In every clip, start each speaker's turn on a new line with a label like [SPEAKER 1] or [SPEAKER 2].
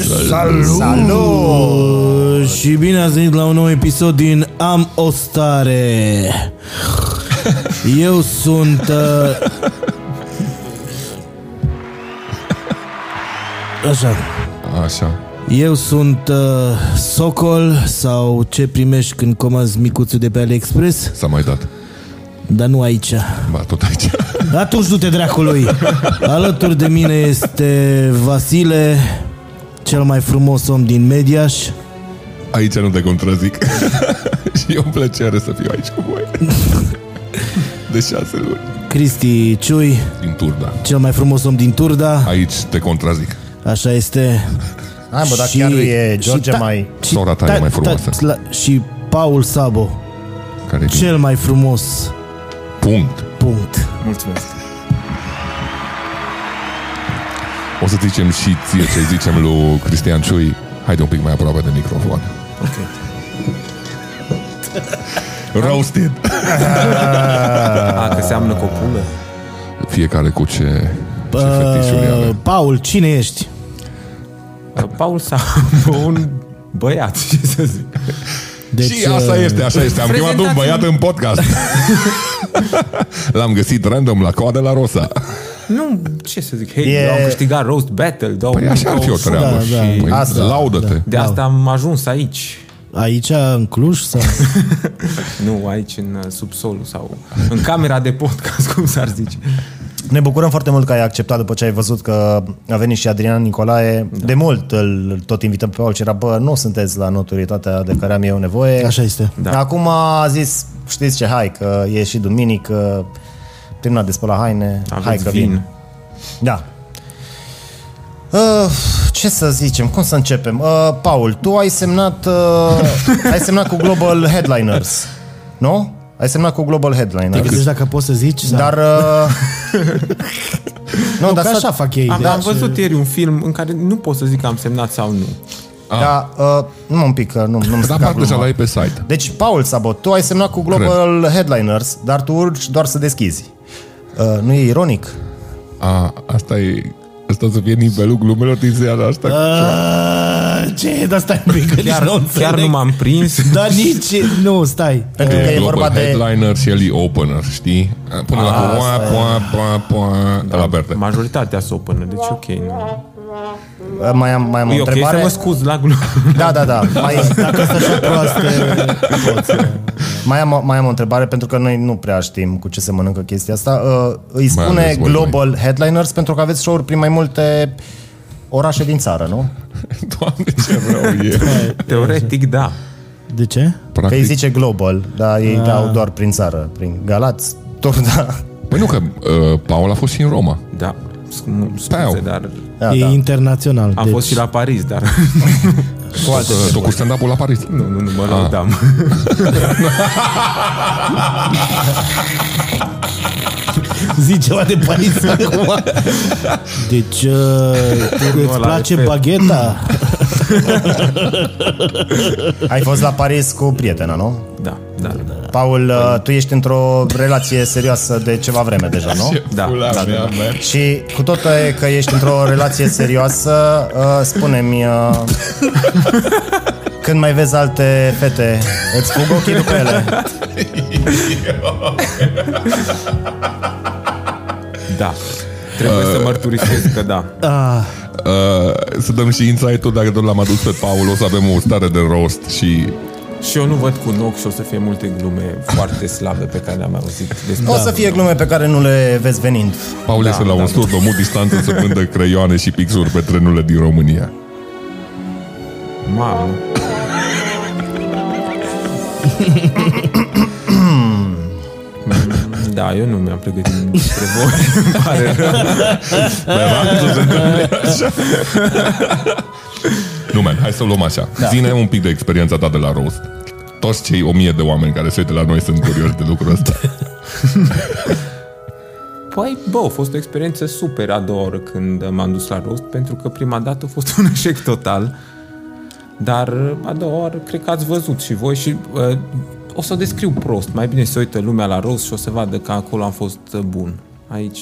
[SPEAKER 1] Salut!
[SPEAKER 2] Salut! Uh, Și bine ați venit la un nou episod din Am o stare. Eu sunt... Uh... Așa.
[SPEAKER 1] Așa.
[SPEAKER 2] Eu sunt uh, Socol sau ce primești când comanzi micuțul de pe AliExpress,
[SPEAKER 1] S-a mai dat.
[SPEAKER 2] dar nu aici.
[SPEAKER 1] Ba, tot aici.
[SPEAKER 2] Atunci du-te dracului! Alături de mine este Vasile, cel mai frumos om din Mediaș.
[SPEAKER 1] Aici nu te contrazic. și e o plăcere să fiu aici cu voi. De șase luni.
[SPEAKER 2] Cristi Ciui,
[SPEAKER 1] Din Turda.
[SPEAKER 2] cel mai frumos om din Turda,
[SPEAKER 1] Aici te contrazic.
[SPEAKER 2] așa este.
[SPEAKER 3] Hai mă, dar chiar nu e George
[SPEAKER 2] și da- ta-
[SPEAKER 3] mai...
[SPEAKER 2] și
[SPEAKER 1] Sora ta e mai frumoasă.
[SPEAKER 2] la- și Paul Sabo,
[SPEAKER 1] Care Ce?
[SPEAKER 2] cel mai frumos
[SPEAKER 1] Punct.
[SPEAKER 2] punct.
[SPEAKER 4] Mulțumesc.
[SPEAKER 1] O să zicem și ție ce zicem lui Cristian Ciui. Haide un pic mai aproape de microfon.
[SPEAKER 3] Okay.
[SPEAKER 1] Roasted.
[SPEAKER 4] A, că seamănă cu o pulă?
[SPEAKER 1] Fiecare cu ce, ce fetișuri
[SPEAKER 2] Uh,
[SPEAKER 1] are.
[SPEAKER 2] Paul, cine ești?
[SPEAKER 4] Paul sau un băiat, ce să zic.
[SPEAKER 2] Deci,
[SPEAKER 1] Și asta
[SPEAKER 2] uh,
[SPEAKER 1] este, așa este. Am chemat un
[SPEAKER 4] prezentați-mi.
[SPEAKER 1] băiat în podcast. L-am găsit random la coada la Rosa.
[SPEAKER 4] Nu, ce să zic, hei,
[SPEAKER 3] E-
[SPEAKER 4] yeah. am câștigat Roast Battle, două
[SPEAKER 1] Păi așa ar fi o treabă.
[SPEAKER 2] da, da.
[SPEAKER 1] și păi,
[SPEAKER 3] Asta,
[SPEAKER 1] laudă-te.
[SPEAKER 4] De asta am ajuns aici.
[SPEAKER 2] Aici, în Cluj? Sau?
[SPEAKER 4] Nu, aici în uh, subsolul sau în camera de podcast, cum s-ar zice.
[SPEAKER 3] Ne bucurăm foarte mult că ai acceptat după ce ai văzut că a venit și Adrian Nicolae. Da. De mult îl tot invităm pe Paul și era, bă, nu sunteți la notorietatea de care am eu nevoie.
[SPEAKER 2] Așa este.
[SPEAKER 3] Da. Acum a zis, știți ce, hai, că e și duminică, terminat de spăla haine, hai
[SPEAKER 4] Aveți
[SPEAKER 3] că
[SPEAKER 4] Hai vin.
[SPEAKER 3] vin.
[SPEAKER 4] vin.
[SPEAKER 3] Da. Uh, ce să zicem? Cum să începem? Uh, Paul, tu ai semnat, uh, ai semnat cu Global Headliners, nu? Ai semnat cu Global Headliners.
[SPEAKER 2] Deci dacă poți să zici, sau-
[SPEAKER 3] Dar... Uh... nu,
[SPEAKER 2] Că
[SPEAKER 3] dar
[SPEAKER 2] așa
[SPEAKER 3] stat,
[SPEAKER 2] fac ei.
[SPEAKER 4] Am,
[SPEAKER 2] deci,
[SPEAKER 4] am văzut ieri un film în care nu pot să zic că am semnat sau nu.
[SPEAKER 3] da, uh, nu un pic, că nu, nu-mi
[SPEAKER 1] Dar
[SPEAKER 3] strica
[SPEAKER 1] apar Păi da, deja
[SPEAKER 3] gluma.
[SPEAKER 1] la ei pe site.
[SPEAKER 3] Deci, Paul Sabot, tu ai semnat cu Global Headliners, dar tu urci doar să deschizi. Uh, nu e ironic?
[SPEAKER 1] A, asta e... Asta o să fie nivelul glumelor din seara
[SPEAKER 3] Da,
[SPEAKER 1] asta.
[SPEAKER 2] Uh, ce? Dar stai un pic,
[SPEAKER 1] Deci
[SPEAKER 2] că nici
[SPEAKER 4] Chiar,
[SPEAKER 2] nu
[SPEAKER 4] nu, chiar nu m-am prins.
[SPEAKER 1] Da.
[SPEAKER 2] Dar nici... Nu, stai.
[SPEAKER 3] Pentru că e
[SPEAKER 1] Global
[SPEAKER 3] vorba de...
[SPEAKER 1] headliner și el e opener, știi? Până la cu poa, poa, poa, poa,
[SPEAKER 3] Da.
[SPEAKER 1] la verde.
[SPEAKER 4] Majoritatea s-o până, deci ok. Nu.
[SPEAKER 3] Uh, Mai am, mai am o
[SPEAKER 4] E ok să
[SPEAKER 3] întrebare?
[SPEAKER 4] mă scuz la glumă.
[SPEAKER 3] Da, da, da. Mai, dacă sunt așa proaste, poți. Mai am, o- mai am o întrebare, pentru că noi nu prea știm cu ce se mănâncă chestia asta. Uh, îi
[SPEAKER 1] Mai
[SPEAKER 3] spune
[SPEAKER 1] ales voi,
[SPEAKER 3] Global Headliners pentru că aveți show-uri prin mai multe orașe din țară, nu?
[SPEAKER 1] Doamne, ce rău e.
[SPEAKER 4] Teoretic, da.
[SPEAKER 2] De ce?
[SPEAKER 3] Că îi
[SPEAKER 1] Practic.
[SPEAKER 3] zice Global, dar ei dau doar prin țară, prin Galați, da. Turda.
[SPEAKER 1] Păi nu, că uh, Paul a fost și în Roma.
[SPEAKER 4] Da. Scu- Scuze, dar
[SPEAKER 3] Da,
[SPEAKER 2] e
[SPEAKER 3] da.
[SPEAKER 2] internațional.
[SPEAKER 4] am
[SPEAKER 2] deci,
[SPEAKER 4] fost și la Paris, dar
[SPEAKER 1] Cu tu cu stand-up-ul la Paris.
[SPEAKER 4] nu, nu, nu mă lăudam.
[SPEAKER 2] Zi ceva de Paris acum. Deci, uh, tu- îți
[SPEAKER 4] ăla
[SPEAKER 2] place
[SPEAKER 4] de pe-
[SPEAKER 2] bagheta?
[SPEAKER 3] Ai fost la Paris cu prietena, nu?
[SPEAKER 4] Da, da, da.
[SPEAKER 3] Paul, uh, tu ești într-o relație serioasă de ceva vreme deja, nu?
[SPEAKER 4] Da,
[SPEAKER 1] Pula
[SPEAKER 4] da,
[SPEAKER 1] mea, man.
[SPEAKER 3] Și cu toate că ești într-o relație serioasă, uh, spune-mi uh, când mai vezi alte fete, îți fug ochii după ele.
[SPEAKER 4] da. Trebuie să mărturisesc că Uh. da.
[SPEAKER 2] Ah,
[SPEAKER 1] Uh, să dăm și insight-ul, dacă tot l-am adus pe Paul, o să avem o stare de roast și
[SPEAKER 4] Și eu nu văd cu un ochi și o să fie multe glume foarte slabe pe care le-am auzit despre.
[SPEAKER 3] O să fie glume pe care nu le vezi venind.
[SPEAKER 1] Paul da, este la un stur, da. mult distanță să vândă creioane și pixuri pe trenurile din România.
[SPEAKER 4] Mamă. Da, eu nu mi-am pregătit despre voi. Îmi pare rău.
[SPEAKER 1] Nu, man, hai să o luăm așa. Da. Zine un pic de experiența ta de la roast. Toți cei o mie de oameni care se uită la noi sunt curioși de lucrul ăsta.
[SPEAKER 4] Păi, bă, a fost o experiență super a doua oră când m-am dus la rost, pentru că prima dată a fost un eșec total. Dar a doua oră cred că ați văzut și voi și uh, o să o descriu prost. Mai bine se uită lumea la rost și o să vadă că acolo am fost uh, bun. Aici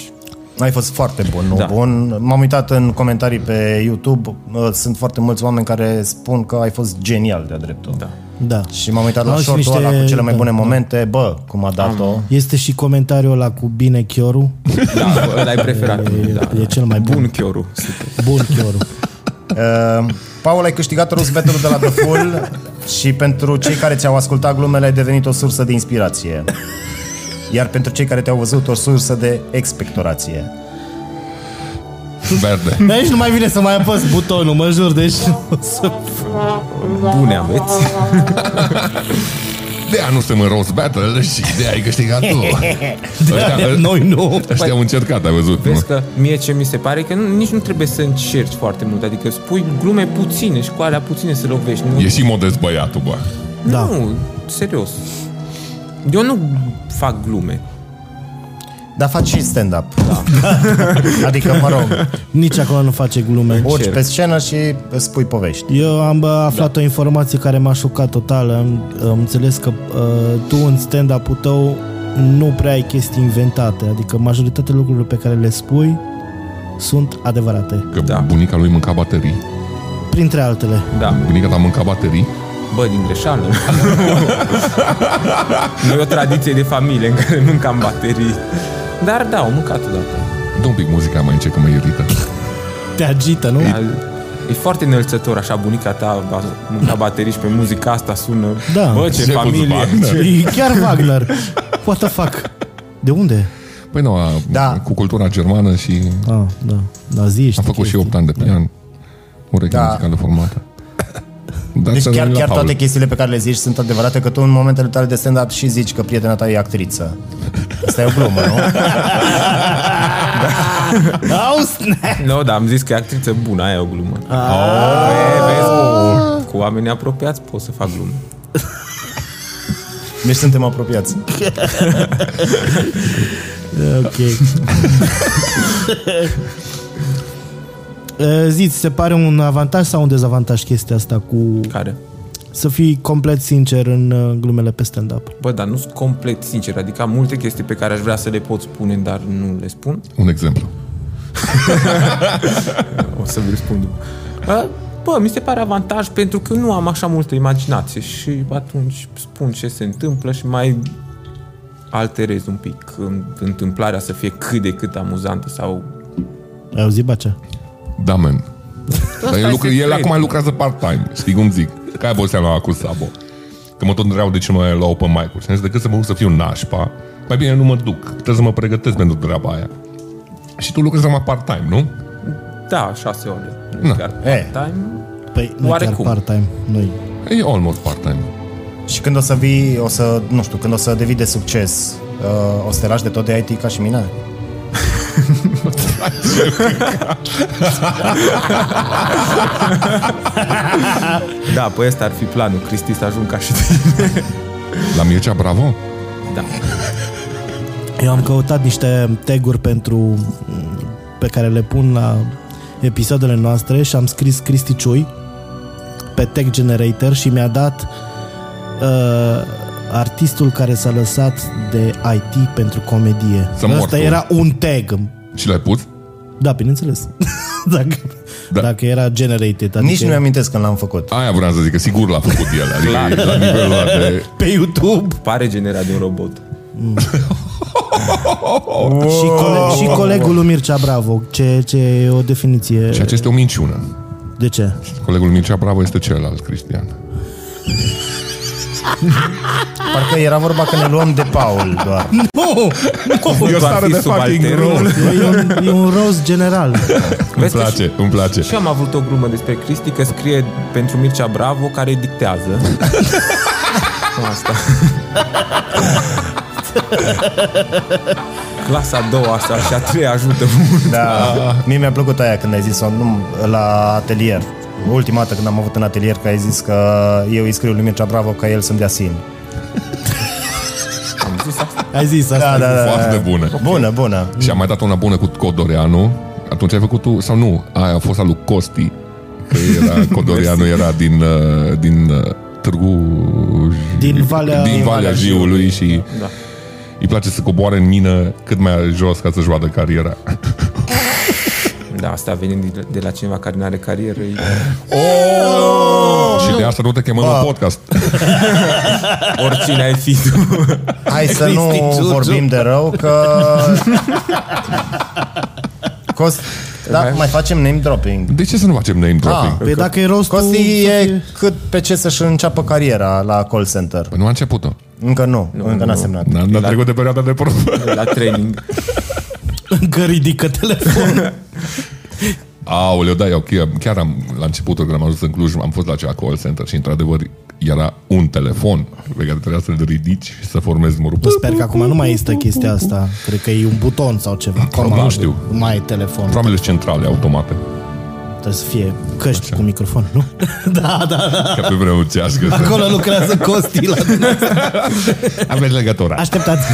[SPEAKER 3] Ai fost foarte bun, nu da.
[SPEAKER 4] Da.
[SPEAKER 3] bun. M-am uitat în comentarii pe YouTube. uh, Sunt foarte mulți oameni care spun că ai fost genial de-a dreptul.
[SPEAKER 4] Da.
[SPEAKER 2] Da.
[SPEAKER 3] Și m-am uitat la
[SPEAKER 2] Au și
[SPEAKER 3] short-ul niște...
[SPEAKER 2] niște-
[SPEAKER 3] ăla cu cele mai
[SPEAKER 2] da,
[SPEAKER 3] bune
[SPEAKER 2] da.
[SPEAKER 3] momente. Bă, cum a dat-o.
[SPEAKER 2] Este și comentariul ăla cu bine Chioru.
[SPEAKER 4] Da, bă, ăla e preferat.
[SPEAKER 2] E-
[SPEAKER 4] da.
[SPEAKER 2] e cel mai bun.
[SPEAKER 4] Bun Chioru. super.
[SPEAKER 2] Bun Chioru.
[SPEAKER 3] Uh, Paul, ai câștigat Rose Battle de la The Full și pentru cei care ți-au ascultat glumele ai devenit o sursă de inspirație. Iar pentru cei care te-au văzut, o sursă de expectorație.
[SPEAKER 1] Verde.
[SPEAKER 2] Aici nu mai vine să mai apăs butonul, mă jur, deci o să...
[SPEAKER 4] Bune aveți.
[SPEAKER 1] De aia nu suntem în Rose Battle și de aia ai câștigat tu. Ăștia- ă,
[SPEAKER 2] Noi nu.
[SPEAKER 1] Ăștia au încercat, ai văzut.
[SPEAKER 4] Vezi
[SPEAKER 1] mă.
[SPEAKER 4] că mie ce mi se pare că nu, nici nu trebuie să încerci foarte mult, adică spui glume puține și cu alea puține să lovești. Nu,
[SPEAKER 1] E și modest băiatul, bă.
[SPEAKER 4] nu
[SPEAKER 2] Da.
[SPEAKER 4] serios. Eu nu fac glume.
[SPEAKER 3] Dar faci și stand-up. Da. Adică, mă rog,
[SPEAKER 2] Nici acolo nu face glume.
[SPEAKER 3] urci
[SPEAKER 4] Cer.
[SPEAKER 3] pe scenă și îți spui povești.
[SPEAKER 2] Eu am bă, aflat da. o informație care m-a șocat total. Am, am înțeles că uh, tu în stand-up-ul tău nu prea ai chestii inventate, adică majoritatea lucrurilor pe care le spui sunt adevărate,
[SPEAKER 1] Că da.
[SPEAKER 4] Da.
[SPEAKER 1] bunica lui mânca baterii.
[SPEAKER 2] printre altele.
[SPEAKER 4] Da.
[SPEAKER 1] Bunica ta mânca baterii.
[SPEAKER 4] Bă, din greșeală. nu e o tradiție de familie în care mâncam baterii. Dar da, am mâncat odată.
[SPEAKER 1] Dă un pic muzica mai încet, că mă irită.
[SPEAKER 2] Te agită, nu?
[SPEAKER 4] Al- E foarte înălțător, așa, bunica ta a mâncat baterii și pe muzica asta sună.
[SPEAKER 2] Da.
[SPEAKER 4] Bă, ce
[SPEAKER 1] Ce cu
[SPEAKER 4] familie.
[SPEAKER 1] zbac, da.
[SPEAKER 2] E Deci, chiar Wagner. What the fuck? De unde?
[SPEAKER 1] Păi nu, a,
[SPEAKER 3] Da.
[SPEAKER 1] cu cultura germană și
[SPEAKER 2] Ah, da. Da, zi ești.
[SPEAKER 1] am făcut și 8 ani de pian. Ureche
[SPEAKER 3] Da.
[SPEAKER 1] muzicală formată. Dar
[SPEAKER 3] Deci
[SPEAKER 1] să
[SPEAKER 3] chiar,
[SPEAKER 1] revenim la
[SPEAKER 3] chiar
[SPEAKER 1] Paul.
[SPEAKER 3] toate chestiile pe care le zici sunt adevărate, că tu în momentele tale de stand-up și zici că prietena ta e actriță. Asta e o glumă, nu?
[SPEAKER 2] Au, snap!
[SPEAKER 4] Nu, no, dar am zis că e actriță bună, aia e o glumă.
[SPEAKER 2] Ah.
[SPEAKER 4] Oh, vezi, cu, cu oamenii apropiați pot să fac glume.
[SPEAKER 3] Deci suntem apropiați.
[SPEAKER 2] Ok. Eh, Zi, ți se pare un avantaj sau un dezavantaj chestia asta cu
[SPEAKER 4] Care?
[SPEAKER 2] să fii complet sincer în eh, glumele pe stand-up?
[SPEAKER 4] Bă, dar nu sunt complet sincer, adică am multe chestii pe care aș vrea să le pot spune, dar nu le spun.
[SPEAKER 1] Un exemplu.
[SPEAKER 4] O să vi spun după. A, Bă, mi se pare avantaj pentru că nu am așa multă imaginație și atunci spun ce se întâmplă și mai alterez un pic în- întâmplarea să fie cât de cât amuzantă sau...
[SPEAKER 2] Ai auzit, Bacea?
[SPEAKER 1] Da, man. Dar el, lucre, el
[SPEAKER 4] secret.
[SPEAKER 1] acum lucrează part-time. Știi cum zic? Că aia voi la cu Sabo. Că mă tot întreabă de ce mă ia la open mic-uri. Și am zis, decât să mă duc să fiu nașpa, mai bine nu mă duc. Trebuie să mă pregătesc pentru treaba aia. Și tu lucrezi numai part-time, nu?
[SPEAKER 4] Da, șase ore.
[SPEAKER 1] Na.
[SPEAKER 4] Nu chiar
[SPEAKER 3] E.
[SPEAKER 4] part-time.
[SPEAKER 2] Păi, nu chiar
[SPEAKER 4] Oarecum.
[SPEAKER 2] part-time. Noi.
[SPEAKER 1] E almost part-time.
[SPEAKER 3] Și când o să vii, o să, nu știu, când o să devii de succes, uh, o să te lași de tot de IT ca și mine?
[SPEAKER 2] Adică
[SPEAKER 4] Da, păi ăsta ar fi planul. Cristi să ajung ca și tine.
[SPEAKER 1] La Mircea Bravo?
[SPEAKER 4] Da.
[SPEAKER 2] Eu am căutat niște taguri pentru mm, pe care le pun la episoadele noastre și am scris Cristi Ciui pe Tag Generator și mi-a dat uh, artistul care s-a lăsat de IT pentru comedie.
[SPEAKER 1] Să mor
[SPEAKER 2] Asta
[SPEAKER 1] tu.
[SPEAKER 2] era un tag.
[SPEAKER 1] Și l-ai pus?
[SPEAKER 2] Da, bineînțeles. dacă, da.
[SPEAKER 1] Da.
[SPEAKER 2] dacă era generated. Adică
[SPEAKER 3] Nici nu-mi amintesc când l-am făcut.
[SPEAKER 1] Aia vreau să zic, că sigur l-a făcut el. Adică
[SPEAKER 4] Clar.
[SPEAKER 1] e la nivelul ăla de...
[SPEAKER 2] pe YouTube.
[SPEAKER 4] Pare generat de un robot.
[SPEAKER 2] Și, cole- și colegul lui Mircea Bravo, ce, ce e o definiție.
[SPEAKER 1] Ceea ce este o minciună.
[SPEAKER 2] De ce?
[SPEAKER 1] Colegul Mircea Bravo este celălalt, Cristian.
[SPEAKER 3] Parcă era vorba că ne luăm de Paul doar.
[SPEAKER 2] Oh!
[SPEAKER 1] E o
[SPEAKER 4] Tu ar
[SPEAKER 1] stare
[SPEAKER 4] fi
[SPEAKER 1] de fucking
[SPEAKER 4] subalternul.
[SPEAKER 1] rău.
[SPEAKER 2] E un, e un roz general.
[SPEAKER 1] Îmi
[SPEAKER 4] Vezi că
[SPEAKER 1] place, îmi place.
[SPEAKER 4] Și eu am avut o glumă despre Cristi că scrie pentru Mircea Bravo care dictează. Cum asta. Clasa a doua asta și a treia ajută mult.
[SPEAKER 3] Da, mie mi-a plăcut aia când ai zis-o nu, la atelier. Ultima dată când am avut în atelier că ai zis că eu îi scriu lui Mircea Bravo ca el să-mi dea sin.
[SPEAKER 4] Am zis asta.
[SPEAKER 2] Ai zis asta.
[SPEAKER 3] Da, da, da.
[SPEAKER 1] Foarte bună.
[SPEAKER 3] Bună, bună.
[SPEAKER 1] Și am mai dat una bună cu Codoreanu. Atunci ai făcut tu, sau nu, aia a fost al lui Costi. Că era, Codoreanu era din, uh, din uh, Târgu...
[SPEAKER 2] Din Valea-
[SPEAKER 1] din Valea Jiului și
[SPEAKER 4] Da.
[SPEAKER 1] îi place să coboare în mină cât mai jos ca să-și vadă cariera.
[SPEAKER 4] Da, asta venind de- de la cineva care nu are carieră. e-
[SPEAKER 1] Și de asta nu te chemăm la podcast.
[SPEAKER 4] Oricine ai fi tu.
[SPEAKER 3] Hai să nu
[SPEAKER 4] Cristi, tu,
[SPEAKER 3] vorbim de rău, că... Cost... Da, mai facem name dropping.
[SPEAKER 1] De ce să nu facem name dropping?
[SPEAKER 3] Ah.
[SPEAKER 2] Ah, Păi dacă e rostul... să
[SPEAKER 3] Costi
[SPEAKER 2] fie-
[SPEAKER 3] e cât pe ce să-și înceapă cariera la call center.
[SPEAKER 1] Păi nu a început-o.
[SPEAKER 3] Încă nu, nu încă n-a semnat.
[SPEAKER 1] N-a, n-a trecut de perioada de probă.
[SPEAKER 4] la training.
[SPEAKER 2] Încă ridică telefonul.
[SPEAKER 1] Aoleu, da, eu chiar- chiar am, la începutul când am ajuns în Cluj, am fost la acea call center și într-adevăr era un telefon pe care trebuia să-l ridici și să formezi numărul.
[SPEAKER 2] Sper că acum nu mai este chestia asta. Cred că e un buton sau ceva.
[SPEAKER 1] Probabil, nu știu.
[SPEAKER 2] Nu mai e telefon.
[SPEAKER 1] Programele centrale, automate.
[SPEAKER 2] Trebuie să fie căști cu microfon, nu? da, da, da.
[SPEAKER 1] Ca pe vreo cească. să-
[SPEAKER 2] Acolo lucrează Costi la
[SPEAKER 1] Aveți legătura.
[SPEAKER 2] Așteptați.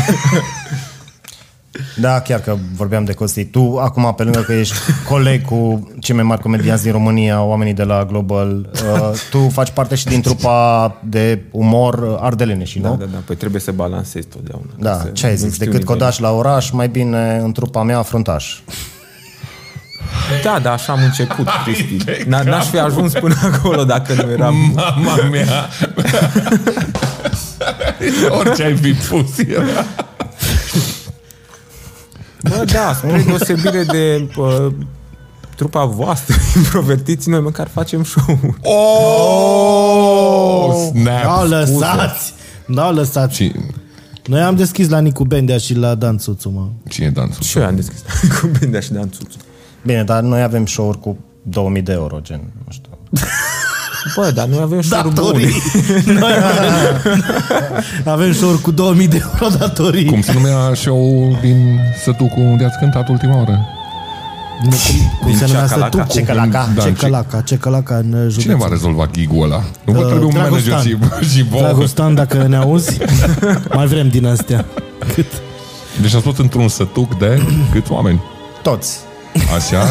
[SPEAKER 3] Da, chiar că vorbeam de Costi. Tu, acum, pe lângă că ești coleg cu cei mai mari comedianți din România, oamenii de la Global, uh, tu faci parte și din trupa de umor ardelene și nu?
[SPEAKER 4] Da, da, da. Păi trebuie să balansezi totdeauna.
[SPEAKER 3] Da,
[SPEAKER 4] Să-
[SPEAKER 3] ce ai
[SPEAKER 4] nu
[SPEAKER 3] zis?
[SPEAKER 4] știu
[SPEAKER 3] Decât
[SPEAKER 4] nivelul.
[SPEAKER 3] codaș la oraș, mai bine în trupa mea fruntaș.
[SPEAKER 4] Da, da, așa am început, Cristi. N- N-aș fi ajuns până acolo dacă nu eram...
[SPEAKER 1] Mama mea! Orice ai fi pus era.
[SPEAKER 4] Bă, da, spre deosebire de uh, trupa voastră, introvertiți, noi măcar facem show
[SPEAKER 1] Oh, snap!
[SPEAKER 2] Nu lăsați! Nu lăsați!
[SPEAKER 1] Și
[SPEAKER 2] Noi am deschis la Nicu Bendea și la Dan Suțu, mă.
[SPEAKER 1] cine e dansul?
[SPEAKER 4] Și eu am deschis cu Bindea și Dan Țuțu.
[SPEAKER 3] Bine, dar noi avem show-uri cu 2000 de euro, gen, nu știu.
[SPEAKER 4] Bă, dar noi avem show bune.
[SPEAKER 2] Datorii. Noi avem, avem show cu 2000 de euro datorii.
[SPEAKER 1] Cum se numea show din Sătucu unde ați cântat ultima oară?
[SPEAKER 2] Nu, cum, cum
[SPEAKER 4] Din
[SPEAKER 2] se numea să
[SPEAKER 4] Ceacalaca.
[SPEAKER 2] tu?
[SPEAKER 3] Ce călaca?
[SPEAKER 1] Da,
[SPEAKER 2] Da,
[SPEAKER 1] ce-
[SPEAKER 2] ce călaca, ce călaca în uh, județ.
[SPEAKER 1] Cine va rezolva gigul ăla? Nu vă
[SPEAKER 2] Uh,
[SPEAKER 1] trebuie un manager
[SPEAKER 2] Dragostan.
[SPEAKER 1] și, și vouă.
[SPEAKER 2] Dragostan, dacă ne auzi, mai vrem din astea. Cât?
[SPEAKER 1] Deci ați fost într-un sătuc de câți oameni?
[SPEAKER 3] Toți.
[SPEAKER 1] Așa?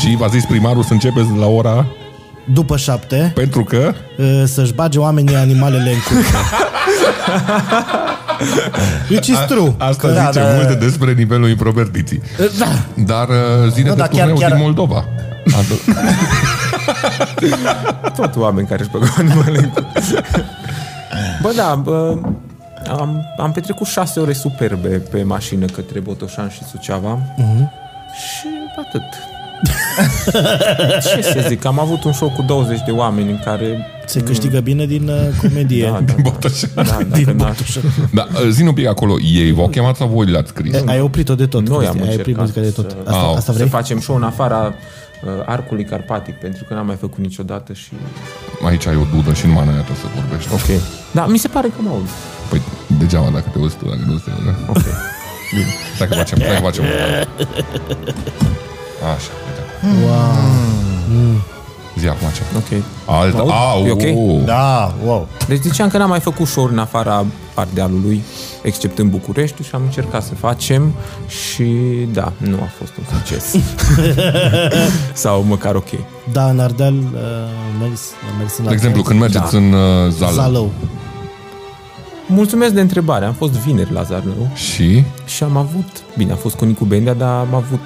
[SPEAKER 1] și v-a zis primarul să începeți la ora
[SPEAKER 2] După șapte,
[SPEAKER 1] pentru că...
[SPEAKER 2] uh, să-și bage oamenii animalele în curte. Which is true.
[SPEAKER 1] Asta
[SPEAKER 3] Da,
[SPEAKER 1] zice
[SPEAKER 3] da, da.
[SPEAKER 1] multe despre nivelul improvertiții.
[SPEAKER 2] Da.
[SPEAKER 1] Dar uh, zine
[SPEAKER 3] Nu,
[SPEAKER 1] de
[SPEAKER 3] dar chiar-
[SPEAKER 1] turneu
[SPEAKER 3] chiar-
[SPEAKER 1] din Moldova. Adu-
[SPEAKER 4] Tot oameni care își băgau animale în cur. Bă, da, bă, am, am petrecut șase ore superbe pe mașină către Botoșan și Suceava.
[SPEAKER 2] Mhm.
[SPEAKER 4] Și atât. Ce să zic, am avut un show cu 20 de oameni în care...
[SPEAKER 2] Se câștigă bine din uh, comedie.
[SPEAKER 4] Da, da,
[SPEAKER 1] Botoșan.
[SPEAKER 4] da, da, dacă
[SPEAKER 2] Din
[SPEAKER 4] n-aș-
[SPEAKER 2] Botoșan.
[SPEAKER 1] Da, zi-ne un pic acolo, ei v-au chemat sau voi le-ați scris?
[SPEAKER 2] Ai oprit-o de tot.
[SPEAKER 4] Noi
[SPEAKER 2] Cristi,
[SPEAKER 4] am
[SPEAKER 2] Ai oprit
[SPEAKER 4] încercat
[SPEAKER 2] muzica de tot.
[SPEAKER 4] să-
[SPEAKER 2] Asta,
[SPEAKER 1] Au.
[SPEAKER 2] asta
[SPEAKER 4] Să
[SPEAKER 2] vrei?
[SPEAKER 4] facem show în afara uh, arcului carpatic, pentru că n-am mai făcut niciodată și...
[SPEAKER 1] Aici ai o dudă și numai noi atât să vorbești.
[SPEAKER 4] Ok. Da, mi se pare că mă aud.
[SPEAKER 1] Păi, degeaba dacă te auzi tu, dacă nu te auzi. Ok. Bine. Stai că facem, stai că facem. Așa, uite.
[SPEAKER 2] Wow.
[SPEAKER 1] Zi acum ce.
[SPEAKER 4] Ok.
[SPEAKER 1] Alt,
[SPEAKER 4] Mă
[SPEAKER 1] au,
[SPEAKER 4] aud? E ok?
[SPEAKER 3] Da, wow.
[SPEAKER 4] Deci ziceam că n-am mai făcut show în afara Ardealului, except în București și am încercat să facem și da, nu a fost un succes. Sau măcar ok.
[SPEAKER 2] Da, în Ardeal uh, am mers, am mers în
[SPEAKER 1] De exemplu, când mergeți
[SPEAKER 3] Da.
[SPEAKER 1] în uh, Zală
[SPEAKER 2] Zalău.
[SPEAKER 4] Mulțumesc de întrebare. Am fost vineri la Zarnău
[SPEAKER 1] și...
[SPEAKER 4] și am avut, bine, a fost cu Nicu Bendea, dar am avut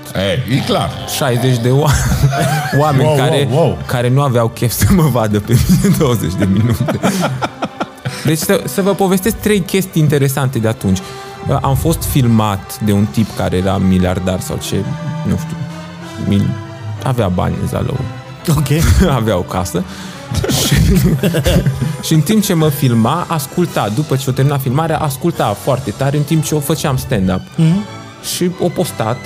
[SPEAKER 1] E, e clar.
[SPEAKER 4] 60 de oameni, oameni
[SPEAKER 3] Wow,
[SPEAKER 4] care,
[SPEAKER 3] wow, wow.
[SPEAKER 4] care nu aveau chef să mă vadă pe mine 20 de minute. Deci să, să vă povestesc trei chestii interesante de atunci. Am fost filmat de un tip care era miliardar sau ce, nu știu, mil, avea bani în Zalău,
[SPEAKER 2] Ok.
[SPEAKER 4] avea o casă. și, și în timp ce mă filma, asculta, după ce o termina filmarea, asculta foarte tare în timp ce o făceam stand-up. Și o postat